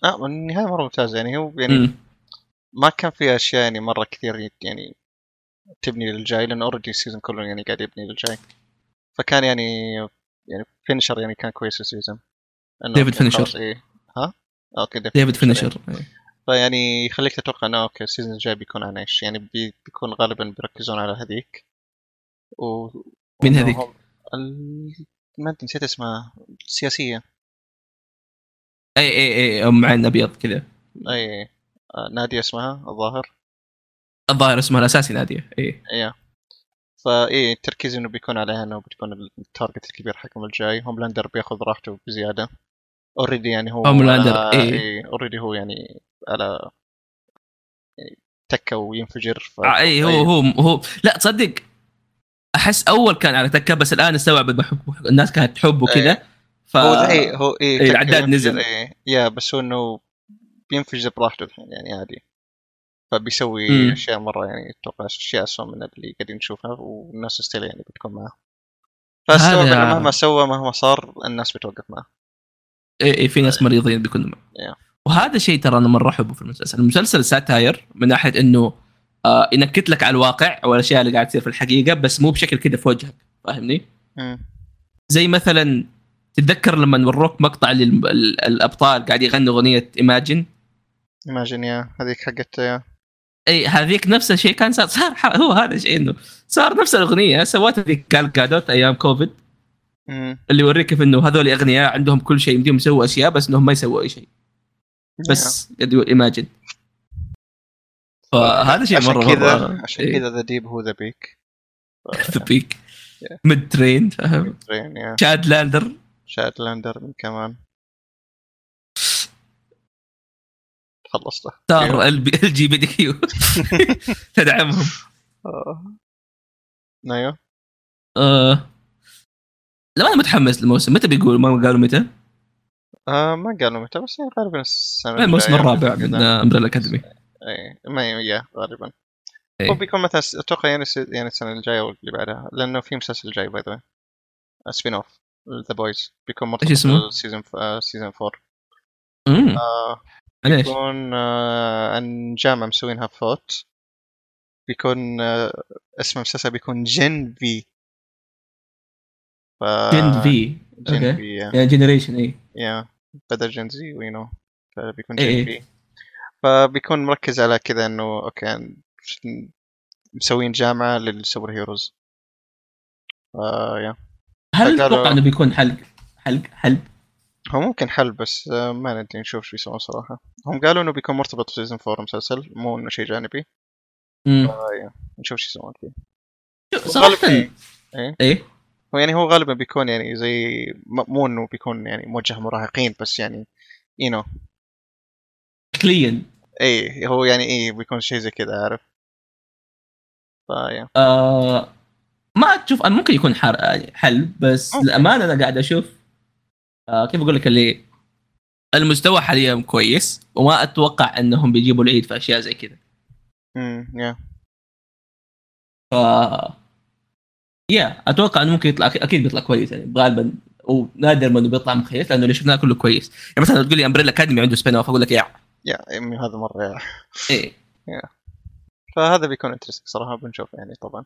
Speaker 1: اه النهايه مره ممتازه يعني هو يعني
Speaker 2: مم.
Speaker 1: ما كان في اشياء يعني مره كثير يعني تبني للجاي لانه اوريدي السيزون كله يعني قاعد يبني للجاي فكان يعني يعني فينشر يعني كان كويس السيزون إنه
Speaker 2: ديفيد
Speaker 1: أوكي،
Speaker 2: فينيشر.
Speaker 1: خلاص، إيه. ها؟ اوكي ديفيد,
Speaker 2: ديفيد
Speaker 1: فينيشر.
Speaker 2: فينيشر
Speaker 1: فيعني يخليك تتوقع انه اوكي السيزون الجاي بيكون عن ايش يعني بي بيكون غالبا بيركزون على هذيك و
Speaker 2: مين هذيك؟
Speaker 1: وهم- ال... ما أدري، نسيت اسمها سياسية
Speaker 2: اي اي اي ام إيه، عين ابيض كذا
Speaker 1: اي آه، نادية اسمها الظاهر
Speaker 2: الظاهر اسمها إيه. الاساسي ناديه اي
Speaker 1: اي فاي التركيز انه بيكون عليها انه بتكون التارجت الكبير حقهم الجاي هوملاندر بياخذ راحته بزيادة اوريدي يعني هو
Speaker 2: هوملاندر، إيه.
Speaker 1: اي اوريدي هو يعني على يعني تكة وينفجر ف...
Speaker 2: آه، اي هو
Speaker 1: إيه.
Speaker 2: هو هو لا تصدق احس اول كان على تكه بس الان استوعب بحب- الناس كانت تحبه كذا ف
Speaker 1: إيه. هو اي هو اي
Speaker 2: إيه، العداد نزل.
Speaker 1: اي يا بس هو انه بينفجر براحته الحين يعني عادي فبيسوي
Speaker 2: مم.
Speaker 1: اشياء مره يعني اتوقع اشياء اسوء من اللي قاعدين نشوفها والناس ستيل يعني بتكون معه فاستوعب
Speaker 2: هذا-
Speaker 1: انه مهما سوى مهما صار الناس بتوقف معه
Speaker 2: اي اي إيه، في ناس مريضين بيكونوا معه
Speaker 1: Yeah.
Speaker 2: وهذا شيء ترى انا مره احبه في المسلسل، المسلسل ساتاير من ناحيه انه آه ينكت لك على الواقع والاشياء اللي قاعد تصير في الحقيقه بس مو بشكل كذا في وجهك فاهمني؟ زي مثلا تتذكر لما وروك مقطع لل- ال- الابطال قاعد يغنوا اغنيه ايماجن
Speaker 1: ايماجن يا هذيك حقت يا
Speaker 2: اي هذيك نفس الشيء كان صار, صار ح- هو هذا الشيء انه صار نفس الاغنيه سوتها ذيك قال قادوت ايام كوفيد
Speaker 1: مم.
Speaker 2: اللي يوريك في انه هذول اغنياء عندهم كل شيء يمديهم يسووا اشياء بس انهم ما يسووا اي شيء بس قد ايماجن فهذا شيء إيه.
Speaker 1: عشان
Speaker 2: مره
Speaker 1: كذا
Speaker 2: مره
Speaker 1: عشان كذا ذا ديب هو ذا بيك
Speaker 2: ذا بيك ميد ترين فاهم
Speaker 1: يا
Speaker 2: شاد لاندر
Speaker 1: شاد لاندر من كمان خلصته
Speaker 2: صار ال جي بي دي كيو تدعمهم
Speaker 1: آه. ايوه
Speaker 2: آه. لا انا متحمس للموسم متى بيقول ما قالوا متى؟
Speaker 1: آه ما قالوا متى بس يعني غالبا السنة
Speaker 2: الموسم
Speaker 1: الجاية
Speaker 2: الرابع
Speaker 1: كذا.
Speaker 2: من آه، امبريلا اكاديمي
Speaker 1: اي ما يا غالبا
Speaker 2: إي.
Speaker 1: هو بيكون مثلا س- اتوقع يعني الس- يعني السنة الجاية او اللي بعدها لانه في مسلسل جاي باي ذا سبين اوف ذا بويز بيكون مرتبط
Speaker 2: اسمه؟
Speaker 1: سيزون سيزون 4
Speaker 2: امم
Speaker 1: آه
Speaker 2: ليش؟
Speaker 1: بيكون آه عن جامعة مسوينها في فوت بيكون آه اسم المسلسل بيكون جن في ف... آه.
Speaker 2: جن في
Speaker 1: جن
Speaker 2: اوكي
Speaker 1: في يا.
Speaker 2: يعني جنريشن اي
Speaker 1: يا بدل جن زي وي نو فبيكون
Speaker 2: إيه
Speaker 1: جن
Speaker 2: إيه.
Speaker 1: بي فبيكون مركز على كذا انه اوكي يعني مسوين جامعه للسوبر هيروز آه يا
Speaker 2: هل
Speaker 1: فقالوا-
Speaker 2: تتوقع انه بيكون حلق حلق حلق
Speaker 1: هو ممكن حل بس آه، ما ندري نشوف شو يسوون صراحه هم قالوا انه بيكون مرتبط في سيزون 4 مسلسل مو انه شيء جانبي
Speaker 2: مم.
Speaker 1: آه يا نشوف شو يسوون فيه
Speaker 2: صراحه
Speaker 1: إيه.
Speaker 2: ايه
Speaker 1: هو يعني هو غالبا بيكون يعني زي م- مو انه بيكون يعني موجه مراهقين بس يعني يو نو
Speaker 2: شكليا
Speaker 1: اي هو يعني اي بيكون شيء زي كذا عارف فيا
Speaker 2: آه ما تشوف أنا ممكن يكون حر- حل بس
Speaker 1: ممكن.
Speaker 2: للامانه انا قاعد اشوف آه كيف اقول لك اللي المستوى حاليا كويس وما اتوقع انهم بيجيبوا العيد في اشياء زي كذا
Speaker 1: امم يا
Speaker 2: ف يا اتوقع انه ممكن يطلع اكيد بيطلع كويس يعني غالبا ونادر ما انه بيطلع مخيس لانه اللي شفناه كله كويس يعني مثلا لو تقول لي امبريلا اكاديمي عنده سبين اوف اقول لك يا
Speaker 1: يا امي هذا مره يا
Speaker 2: ايه
Speaker 1: فهذا بيكون انترستنج صراحه بنشوف يعني طبعا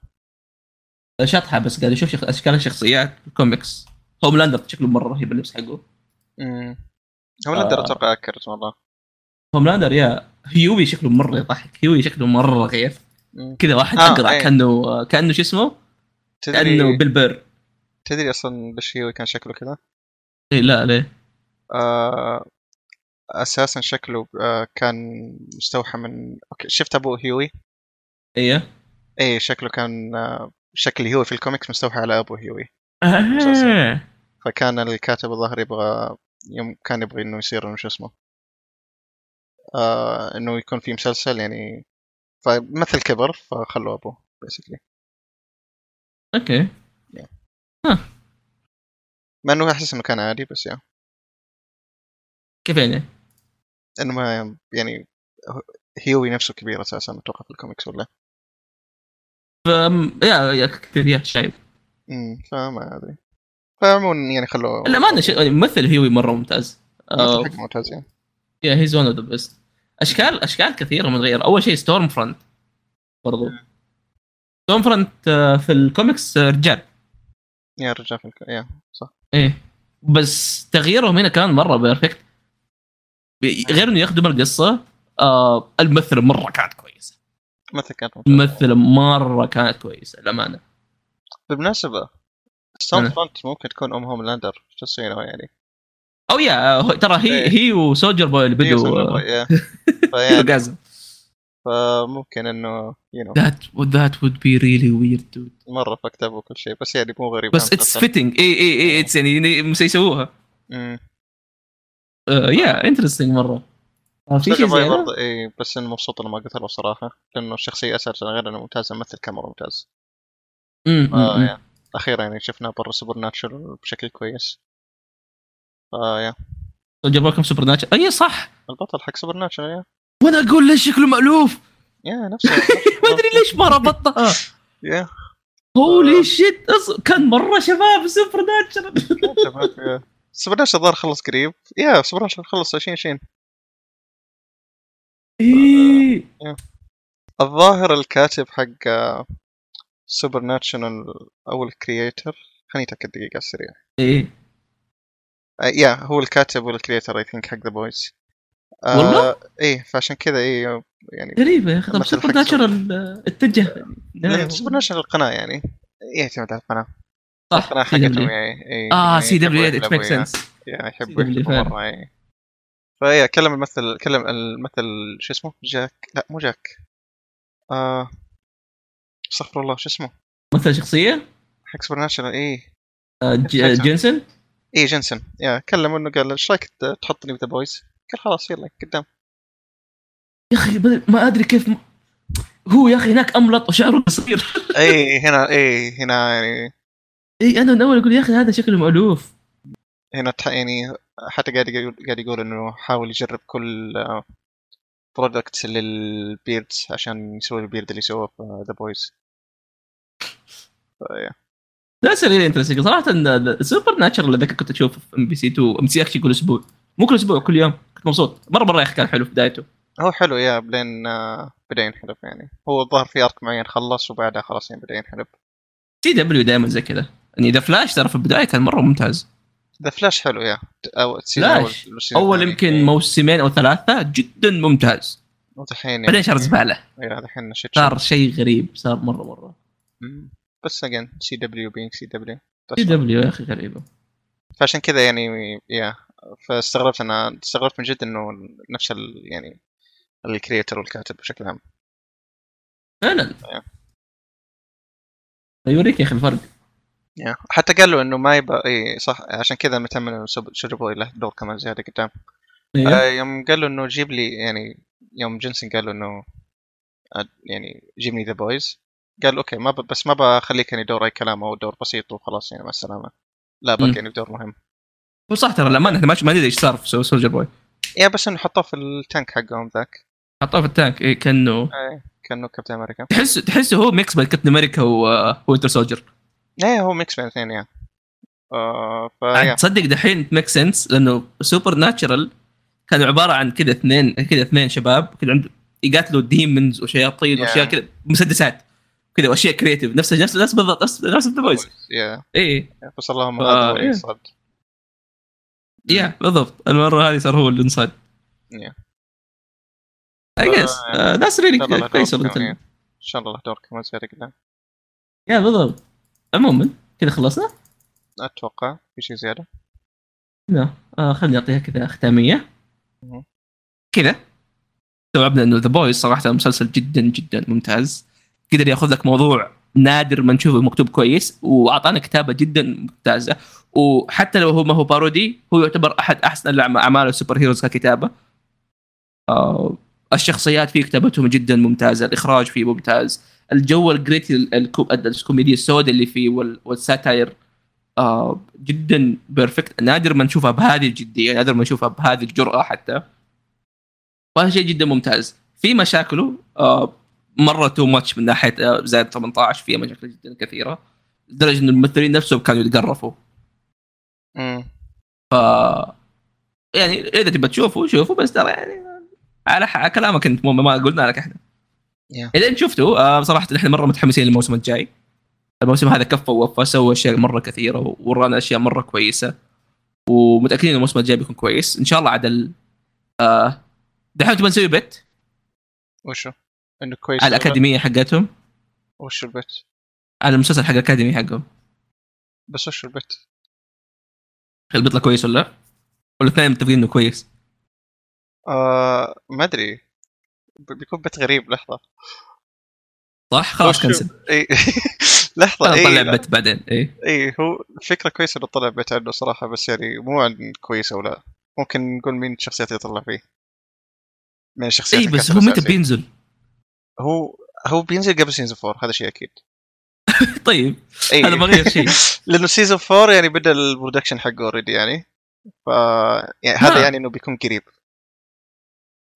Speaker 2: شطحه بس قاعد اشوف شخ... اشكال الشخصيات الكوميكس هوملاندر شكله مره رهيب اللبس حقه
Speaker 1: امم هو نقدر
Speaker 2: آه.
Speaker 1: اتوقع اكرت والله
Speaker 2: هوملاندر يا هيوي شكله مره يضحك هيوي شكله مره غير
Speaker 1: مم.
Speaker 2: كذا واحد
Speaker 1: آه،
Speaker 2: اقرع
Speaker 1: إيه.
Speaker 2: كانه كانه شو اسمه كانه
Speaker 1: تدري
Speaker 2: بالبر
Speaker 1: تدري اصلا ليش هيوي كان شكله كذا؟
Speaker 2: إيه لا ليه
Speaker 1: آه اساسا شكله آه، كان مستوحى من اوكي شفت ابو هيوي
Speaker 2: ايوه
Speaker 1: اي شكله كان آه، شكل هيوي في الكوميكس مستوحى على ابو هيوي
Speaker 2: آه.
Speaker 1: فكان الكاتب الظاهر يبغى يوم كان يبغى انه يصير انه شو اسمه آه انه يكون في مسلسل يعني فمثل كبر فخلوه ابوه بيسكلي
Speaker 2: اوكي
Speaker 1: مع انه احس انه كان عادي بس يا
Speaker 2: كيف يعني؟
Speaker 1: انه ما يعني هيوي نفسه كبير اساسا اتوقع في الكوميكس ولا
Speaker 2: أم- يا يا كثير يا شايب
Speaker 1: امم فما ادري فعموما يعني خلوه
Speaker 2: لا ما انا ممثل هيوي مره ممتاز آه،
Speaker 1: حق ممتاز يعني
Speaker 2: يا هيز ون اوف ذا بيست اشكال اشكال كثيره متغيره اول شيء ستورم فرونت برضو ستورم فرونت آه، في الكوميكس آه، رجال
Speaker 1: يا رجال في الك- يا صح
Speaker 2: ايه بس تغييرهم هنا كان مره بيرفكت بي- غير انه يخدم القصه آه الممثله مره كانت كويسه
Speaker 1: مثل كانت ممتازة.
Speaker 2: الممثله مره كانت كويسه للامانه
Speaker 1: بالمناسبة
Speaker 2: أنا.
Speaker 1: ساوند فرونت ممكن تكون ام هوم لاندر شو تسوي لها يعني؟
Speaker 2: او يا هو- ترى هي هي وسولجر بوي اللي
Speaker 1: هي وزن
Speaker 2: بدوا
Speaker 1: الربع، يا. فيعني
Speaker 2: غازا
Speaker 1: فممكن انه يو نو
Speaker 2: ذات ذات وود بي ريلي ويرد دود
Speaker 1: مره فكتب وكل شيء بس يعني مو غريب
Speaker 2: بس اتس فيتنج اي اي اي اتس يعني يعني مش يسووها آه،
Speaker 1: امم
Speaker 2: يا انترستنج مره آه، في شيء زي
Speaker 1: برضه اي إيه، بس انه مبسوط انه ما قتله صراحه لانه الشخصيه اساسا غير انه ممتازه مثل كاميرا ممتاز آه
Speaker 2: امم
Speaker 1: يا. اخيرا يعني شفنا برا سوبر ناتشر بشكل كويس آه يا
Speaker 2: جابوا لكم سوبر ناتشر اي آه، صح
Speaker 1: البطل حق سوبر ناتشر يا
Speaker 2: وانا اقول ليش شكله مألوف
Speaker 1: يا نفسه
Speaker 2: ما ادري ليش ما ربطتها
Speaker 1: يا
Speaker 2: هولي شيت كان مره شباب سوبر ناتشر
Speaker 1: شباب، يا. سوبر ناتشر الظاهر خلص قريب يا سوبر ناتشر خلص 2020
Speaker 2: إيه.
Speaker 1: الظاهر الكاتب حق آه، سوبر ناتشنال او الكرييتر خليني اتاكد دقيقه على السريع
Speaker 2: ايه
Speaker 1: آه، يا هو الكاتب والكرييتر اي ثينك حق ذا بويز
Speaker 2: والله؟
Speaker 1: ايه فعشان كذا ايه يعني
Speaker 2: غريبه يا اخي طب
Speaker 1: مثل
Speaker 2: سوبر
Speaker 1: حق
Speaker 2: ناتشر
Speaker 1: سوبر.
Speaker 2: ال- اتجه إيه.
Speaker 1: لأن سوبر ناتشنال القناه يعني يعتمد على القناه القناه
Speaker 2: صح سي
Speaker 1: حقتهم
Speaker 2: دبليو
Speaker 1: يعني إيه،
Speaker 2: اه
Speaker 1: يعني
Speaker 2: سي دبليو
Speaker 1: يحبوا
Speaker 2: ات ميك
Speaker 1: يحلبوا،
Speaker 2: سنس
Speaker 1: يا- يا يحبوا
Speaker 2: CW
Speaker 1: يحلبوا
Speaker 2: فعلا.
Speaker 1: مره يعني فيا كلم الممثل كلم الممثل شو اسمه جاك لا مو جاك آه استغفر الله شو اسمه
Speaker 2: مثل شخصيه
Speaker 1: حق سوبر ناتشنال ايه
Speaker 2: آه، ج- جينسون
Speaker 1: ايه جنسن يا كلمه انه قال ايش رايك ت- تحطني بذا بويز؟ قال خلاص يلا قدام
Speaker 2: يا اخي بدل- ما ادري كيف م- هو يا اخي هناك املط وشعره قصير
Speaker 1: اي هنا اي هنا يعني
Speaker 2: اي انا من اول اقول يا اخي هذا شكله مألوف
Speaker 1: هنا تح- يعني حتى قاعد يقول قاعد يقول انه حاول يجرب كل آه، برودكتس للبيردز عشان يسوي البيرد اللي سواه في ذا بويز
Speaker 2: ده سريع انترستنج صراحه السوبر ناتشر اللي ذاك كنت اشوفه في ام بي سي 2 ام سي اكشن كل اسبوع مو كل اسبوع كل يوم كنت مبسوط مره مره يا اخي كان حلو في بدايته
Speaker 1: هو حلو يا بعدين آه، بدا ينحلب يعني هو الظاهر في ارك معين خلص وبعدها خلاص يعني بدا ينحلب
Speaker 2: سي دبليو دائما زي كذا يعني ذا فلاش ترى في البدايه كان مره ممتاز
Speaker 1: ذا فلاش حلو يا او السيزون
Speaker 2: فلاش
Speaker 1: الأول والسيزون
Speaker 2: اول
Speaker 1: الثاني.
Speaker 2: يمكن موسمين او ثلاثه جدا ممتاز
Speaker 1: ودحين يعني-
Speaker 2: بعدين صار زباله
Speaker 1: يا دحين شيت شو.
Speaker 2: صار شيء غريب صار مره مره
Speaker 1: مم. بس again سي دبليو بينج سي دبليو
Speaker 2: سي دبليو يا اخي غريبه
Speaker 1: فعشان كذا يعني يا فاستغربت انا استغربت من جد انه نفس ال يعني الكريتر والكاتب بشكل عام
Speaker 2: فعلا
Speaker 1: يا.
Speaker 2: يوريك يا اخي الفرق
Speaker 1: يا. حتى قالوا انه ما يبقى اي صح عشان كذا متامل انه سوب- سولجر بوي له دور كمان زياده قدام
Speaker 2: إيه.
Speaker 1: آه، يوم قالوا انه جيب لي يعني يوم جنسن قالوا انه آه، يعني جيبني ذا بويز قال اوكي ما ب... بس ما بخليك يعني دور اي كلام او دور بسيط وخلاص يعني مع السلامه لا
Speaker 2: مم.
Speaker 1: بك يعني بدور مهم
Speaker 2: هو صح ترى للامانه ما ما ندري ايش صار في سولجر بوي
Speaker 1: يا بس انه حطوه في التانك حقهم ذاك
Speaker 2: حطوه في التانك إيه كانه
Speaker 1: إيه، كانه كابتن امريكا
Speaker 2: تحسه تحسه هو ميكس بين كابتن امريكا و- وينتر سولجر
Speaker 1: ايه هو ميكس بين الاثنين يا آه فيا
Speaker 2: عاد تصدق دحين ميك سنس لانه سوبر ناتشرال كانوا عباره عن كذا اثنين كذا اثنين شباب كذا عند يقاتلوا ديمونز وشياطين
Speaker 1: Yeah.
Speaker 2: واشياء كذا مسدسات كذا واشياء كريتيف نفس نفس نفس بالضبط نفس نفس إيه، ذا بويز
Speaker 1: يا
Speaker 2: اي
Speaker 1: بس اللهم
Speaker 2: فا-
Speaker 1: هذا هو
Speaker 2: إيه.
Speaker 1: اللي صد
Speaker 2: يا بالضبط المره هذه صار هو اللي انصاد
Speaker 1: Yeah.
Speaker 2: اي جس ذاتس
Speaker 1: إن شاء الله
Speaker 2: ريلي
Speaker 1: له
Speaker 2: يعني كويس
Speaker 1: دور
Speaker 2: والله.
Speaker 1: كمان، إيه. ان شاء الله له دور كمان زياده قدام
Speaker 2: يا بالضبط عموما كذا خلصنا
Speaker 1: اتوقع في شيء زياده
Speaker 2: لا آه خليني اعطيها كذا ختاميه
Speaker 1: مهم.
Speaker 2: كذا استوعبنا انه ذا بويز صراحه مسلسل جدا جدا ممتاز قدر ياخذ لك موضوع نادر ما نشوفه مكتوب كويس واعطانا كتابه جدا ممتازه وحتى لو هو ما هو بارودي هو يعتبر احد احسن الأعم- اعمال السوبر هيروز ككتابه آه، الشخصيات فيه كتابتهم جدا ممتازه الاخراج فيه ممتاز الجو الجريت ال- الكو- الكوميديا السوداء اللي فيه وال- والساتاير آه، جدا بيرفكت نادر ما نشوفها بهذه الجديه نادر ما نشوفها بهذه الجراه حتى وهذا شيء جدا ممتاز في مشاكله آه، مره تو ماتش من ناحيه آه، زائد 18 فيها مشاكل جدا كثيره لدرجه ان الممثلين نفسهم كانوا يتقرفوا
Speaker 1: مم.
Speaker 2: يعني اذا تبى تشوفه شوفه بس ترى يعني على ح- على كلامك انت مو- ما قلنا لك احنا
Speaker 1: Yeah.
Speaker 2: اذا انت شفته آه، صراحه احنا مره متحمسين للموسم الجاي الموسم هذا كفى ووفى سوى اشياء مره كثيره ورانا اشياء مره كويسه ومتاكدين ان الموسم الجاي بيكون كويس ان شاء الله عدل آه دحين تبغى نسوي بيت
Speaker 1: وشو؟ انه كويس
Speaker 2: على الاكاديميه حقتهم
Speaker 1: وش البيت؟
Speaker 2: على المسلسل حق الاكاديميه حقهم
Speaker 1: بس وش البيت؟
Speaker 2: هل بيطلع كويس ولا لا؟ ولا الاثنين متفقين انه كويس
Speaker 1: آه ما ادري ب- بيكون بيت غريب لحظه
Speaker 2: صح خلاص
Speaker 1: وش-
Speaker 2: كنسل
Speaker 1: اي لحظه اي
Speaker 2: نطلع
Speaker 1: لا.
Speaker 2: بيت بعدين إيه. اي
Speaker 1: اي هو الفكره كويسه انه طلع بيت عنه صراحه بس يعني مو عن كويسه ولا ممكن نقول مين الشخصيات اللي طلع فيه من الشخصيات
Speaker 2: اي
Speaker 1: اللي
Speaker 2: إيه، بس
Speaker 1: كانت
Speaker 2: هو متى
Speaker 1: الأساسية.
Speaker 2: بينزل؟
Speaker 1: هو هو بينزل قبل سيزون 4 هذا شيء إيه. اكيد
Speaker 2: طيب
Speaker 1: اي
Speaker 2: هذا ما غير شيء
Speaker 1: لانه سيزون 4 يعني بدا البرودكشن حقه اوريدي يعني ف يعني هذا
Speaker 2: نعم.
Speaker 1: يعني انه بيكون قريب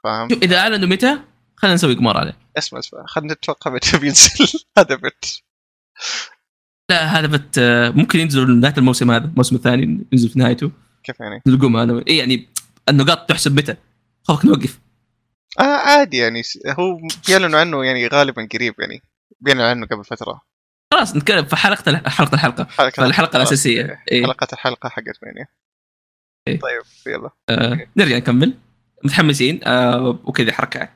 Speaker 1: فاهم
Speaker 2: شوف اذا اعلنوا متى خلينا نسوي قمار عليه
Speaker 1: اسمع اسمع خلينا نتوقع متى بينزل هذا بيت
Speaker 2: لا هذا بت آه، ممكن ينزل نهايه الموسم هذا الموسم الثاني ينزل في نهايته
Speaker 1: كيف يعني؟
Speaker 2: نلقوهم انا إيه يعني النقاط تحسب متى خوفك نوقف
Speaker 1: آه عادي يعني س- هو بيعلنوا عنه يعني غالبا قريب يعني بيعلنوا عنه قبل فتره
Speaker 2: خلاص نتكلم في حلقه الح- حلقه الحلقه
Speaker 1: حلقه
Speaker 2: الحلقه الاساسيه إيه.
Speaker 1: حلقه الحلقه حقت مانيا
Speaker 2: إيه.
Speaker 1: طيب يلا
Speaker 2: نرجع نكمل متحمسين آه وكذا حركات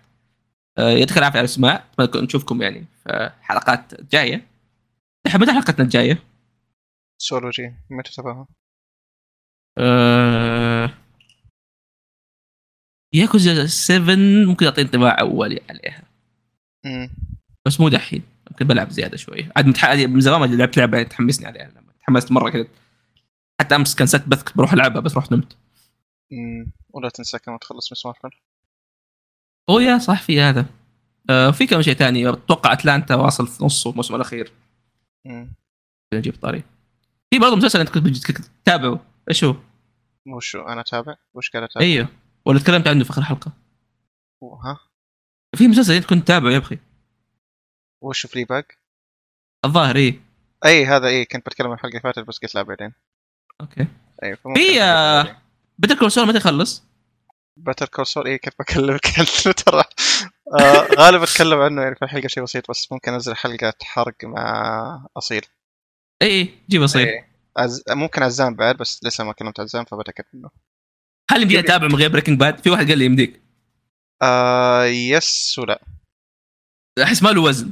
Speaker 2: آه يعطيك العافيه على السماع أتمنى نكون- نشوفكم يعني في حلقات جايه نحن متى حلقتنا الجايه؟
Speaker 1: سولوجي متى تبعها؟
Speaker 2: آه... ياكوزا 7 ممكن اعطي انطباع يعني. اولي عليها
Speaker 1: أمم.
Speaker 2: بس مو دحين ممكن بلعب زياده شويه عاد متح... من زمان ما لعبت لعبه تحمسني عليها لما تحمست مره كذا حتى امس كان سات بث بروح العبها بس رحت نمت
Speaker 1: أمم. ولا تنسى كمان تخلص من سمارت فون
Speaker 2: اوه يا صح في هذا آه في كم شيء ثاني اتوقع اتلانتا واصل في نصه الموسم الاخير
Speaker 1: أمم.
Speaker 2: نجيب طاري في برضه مسلسل انت كنت بتج- كنت تتابعه ايش هو؟
Speaker 1: وشو انا اتابع؟ وش قاعد اتابع؟
Speaker 2: ايوه ولا تكلمت عنه في اخر حلقه
Speaker 1: ها؟
Speaker 2: في مسلسل انت كنت تتابعه يا اخي
Speaker 1: وش فري باج؟
Speaker 2: الظاهر ايه
Speaker 1: اي هذا اي كنت بتكلم عن الحلقه اللي فاتت بس قلت لا بعدين
Speaker 2: اوكي
Speaker 1: اي
Speaker 2: في، آه، بيتر كول سول متى يخلص؟
Speaker 1: باتر كورسور اي إيه، كنت بكلمك عنه ترى آه غالبا اتكلم عنه يعني في الحلقه شيء بسيط بس ممكن انزل حلقه حرق مع اصيل
Speaker 2: اي جيب اصيل
Speaker 1: إيه. أز... ممكن عزام بعد بس لسه ما كلمت عزام فبتاكد منه
Speaker 2: هل يمديني اتابع من غير بريكنج باد؟ في واحد قال لي يمديك
Speaker 1: آه يس ولا
Speaker 2: احس ما له وزن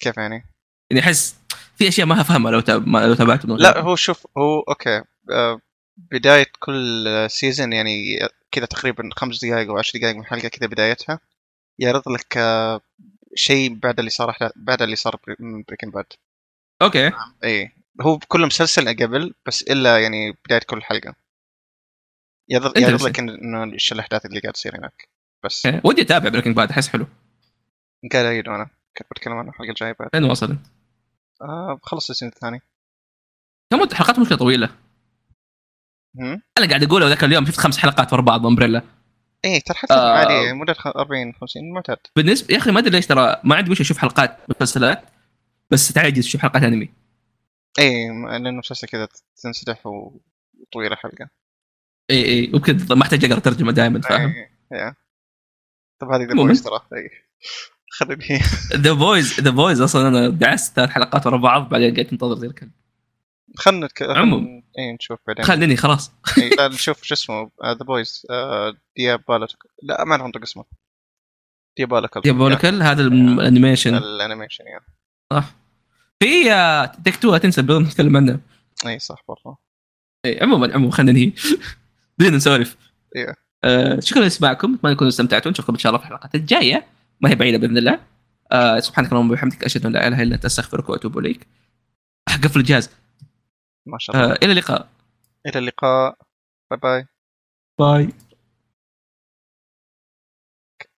Speaker 1: كيف يعني؟
Speaker 2: يعني احس في اشياء ما هفهمها لو تاب... ما- لو تابعته من غير
Speaker 1: لا هو شوف هو اوكي آه بدايه كل سيزون يعني كذا تقريبا خمس دقائق او عشر دقائق من الحلقه كذا بدايتها يعرض لك آه شيء بعد اللي صار بعد اللي صار بري- من بريكن باد
Speaker 2: اوكي
Speaker 1: اي إيه. هو كل مسلسل قبل بس الا يعني بدايه كل حلقه يعرض يعرض لك إن- انه ايش الاحداث اللي قاعد تصير هناك بس
Speaker 2: إيه. ودي اتابع بريكنج باد احس حلو
Speaker 1: قاعد اعيد انا كنت بتكلم عنه الحلقه الجايه بعد
Speaker 2: لين وصل
Speaker 1: آه بخلص السيزون الثاني
Speaker 2: كم مدة- حلقات مشكله طويله
Speaker 1: هم؟
Speaker 2: انا قاعد اقول ذاك اليوم شفت خمس حلقات ورا بعض امبريلا
Speaker 1: ايه ترى حتى
Speaker 2: آه.
Speaker 1: عادي مدة خ- 40 50 معتاد
Speaker 2: بالنسبه يا اخي ما ادري ليش ترى ما عندي مشكله اشوف حلقات مسلسلات بس تعجز اشوف حلقات انمي
Speaker 1: ايه م- لانه مسلسل كذا تنسدح وطويله حلقه
Speaker 2: اي اي وكذا ما احتاج اقرا ترجمه دائما فاهم
Speaker 1: إيه، إيه. طب هذه ذا
Speaker 2: المهم.
Speaker 1: بويز ترى إيه. خليني
Speaker 2: ذا بويز ذا بويز اصلا انا دعست ثلاث حلقات ورا بعض بعدين قاعد انتظر زي الكلب
Speaker 1: خلنا نتك...
Speaker 2: عموم.
Speaker 1: ايه نشوف بعدين
Speaker 2: خليني خلاص
Speaker 1: إيه، لا نشوف شو اسمه آه، ذا بويز ديابالا لا ما ننطق اسمه ديابالا كلب
Speaker 2: ديابوليكال هذا الم- الانيميشن
Speaker 1: الانيميشن يعني
Speaker 2: في آه، تيك تو لا تنسى بدون نتكلم عنه
Speaker 1: اي إيه، صح برضه
Speaker 2: عموما عموما خلينا ننهي بدون نسولف
Speaker 1: إيه.
Speaker 2: آه شكرا لاسماعكم اتمنى تكونوا استمتعتوا نشوفكم ان شاء الله في الحلقات الجايه ما هي بعيده باذن الله آه سبحانك اللهم وبحمدك اشهد ان لا اله الا انت استغفرك واتوب اليك حقفل آه، الجهاز
Speaker 1: ما شاء الله
Speaker 2: آه الى اللقاء
Speaker 1: الى اللقاء باي باي
Speaker 2: باي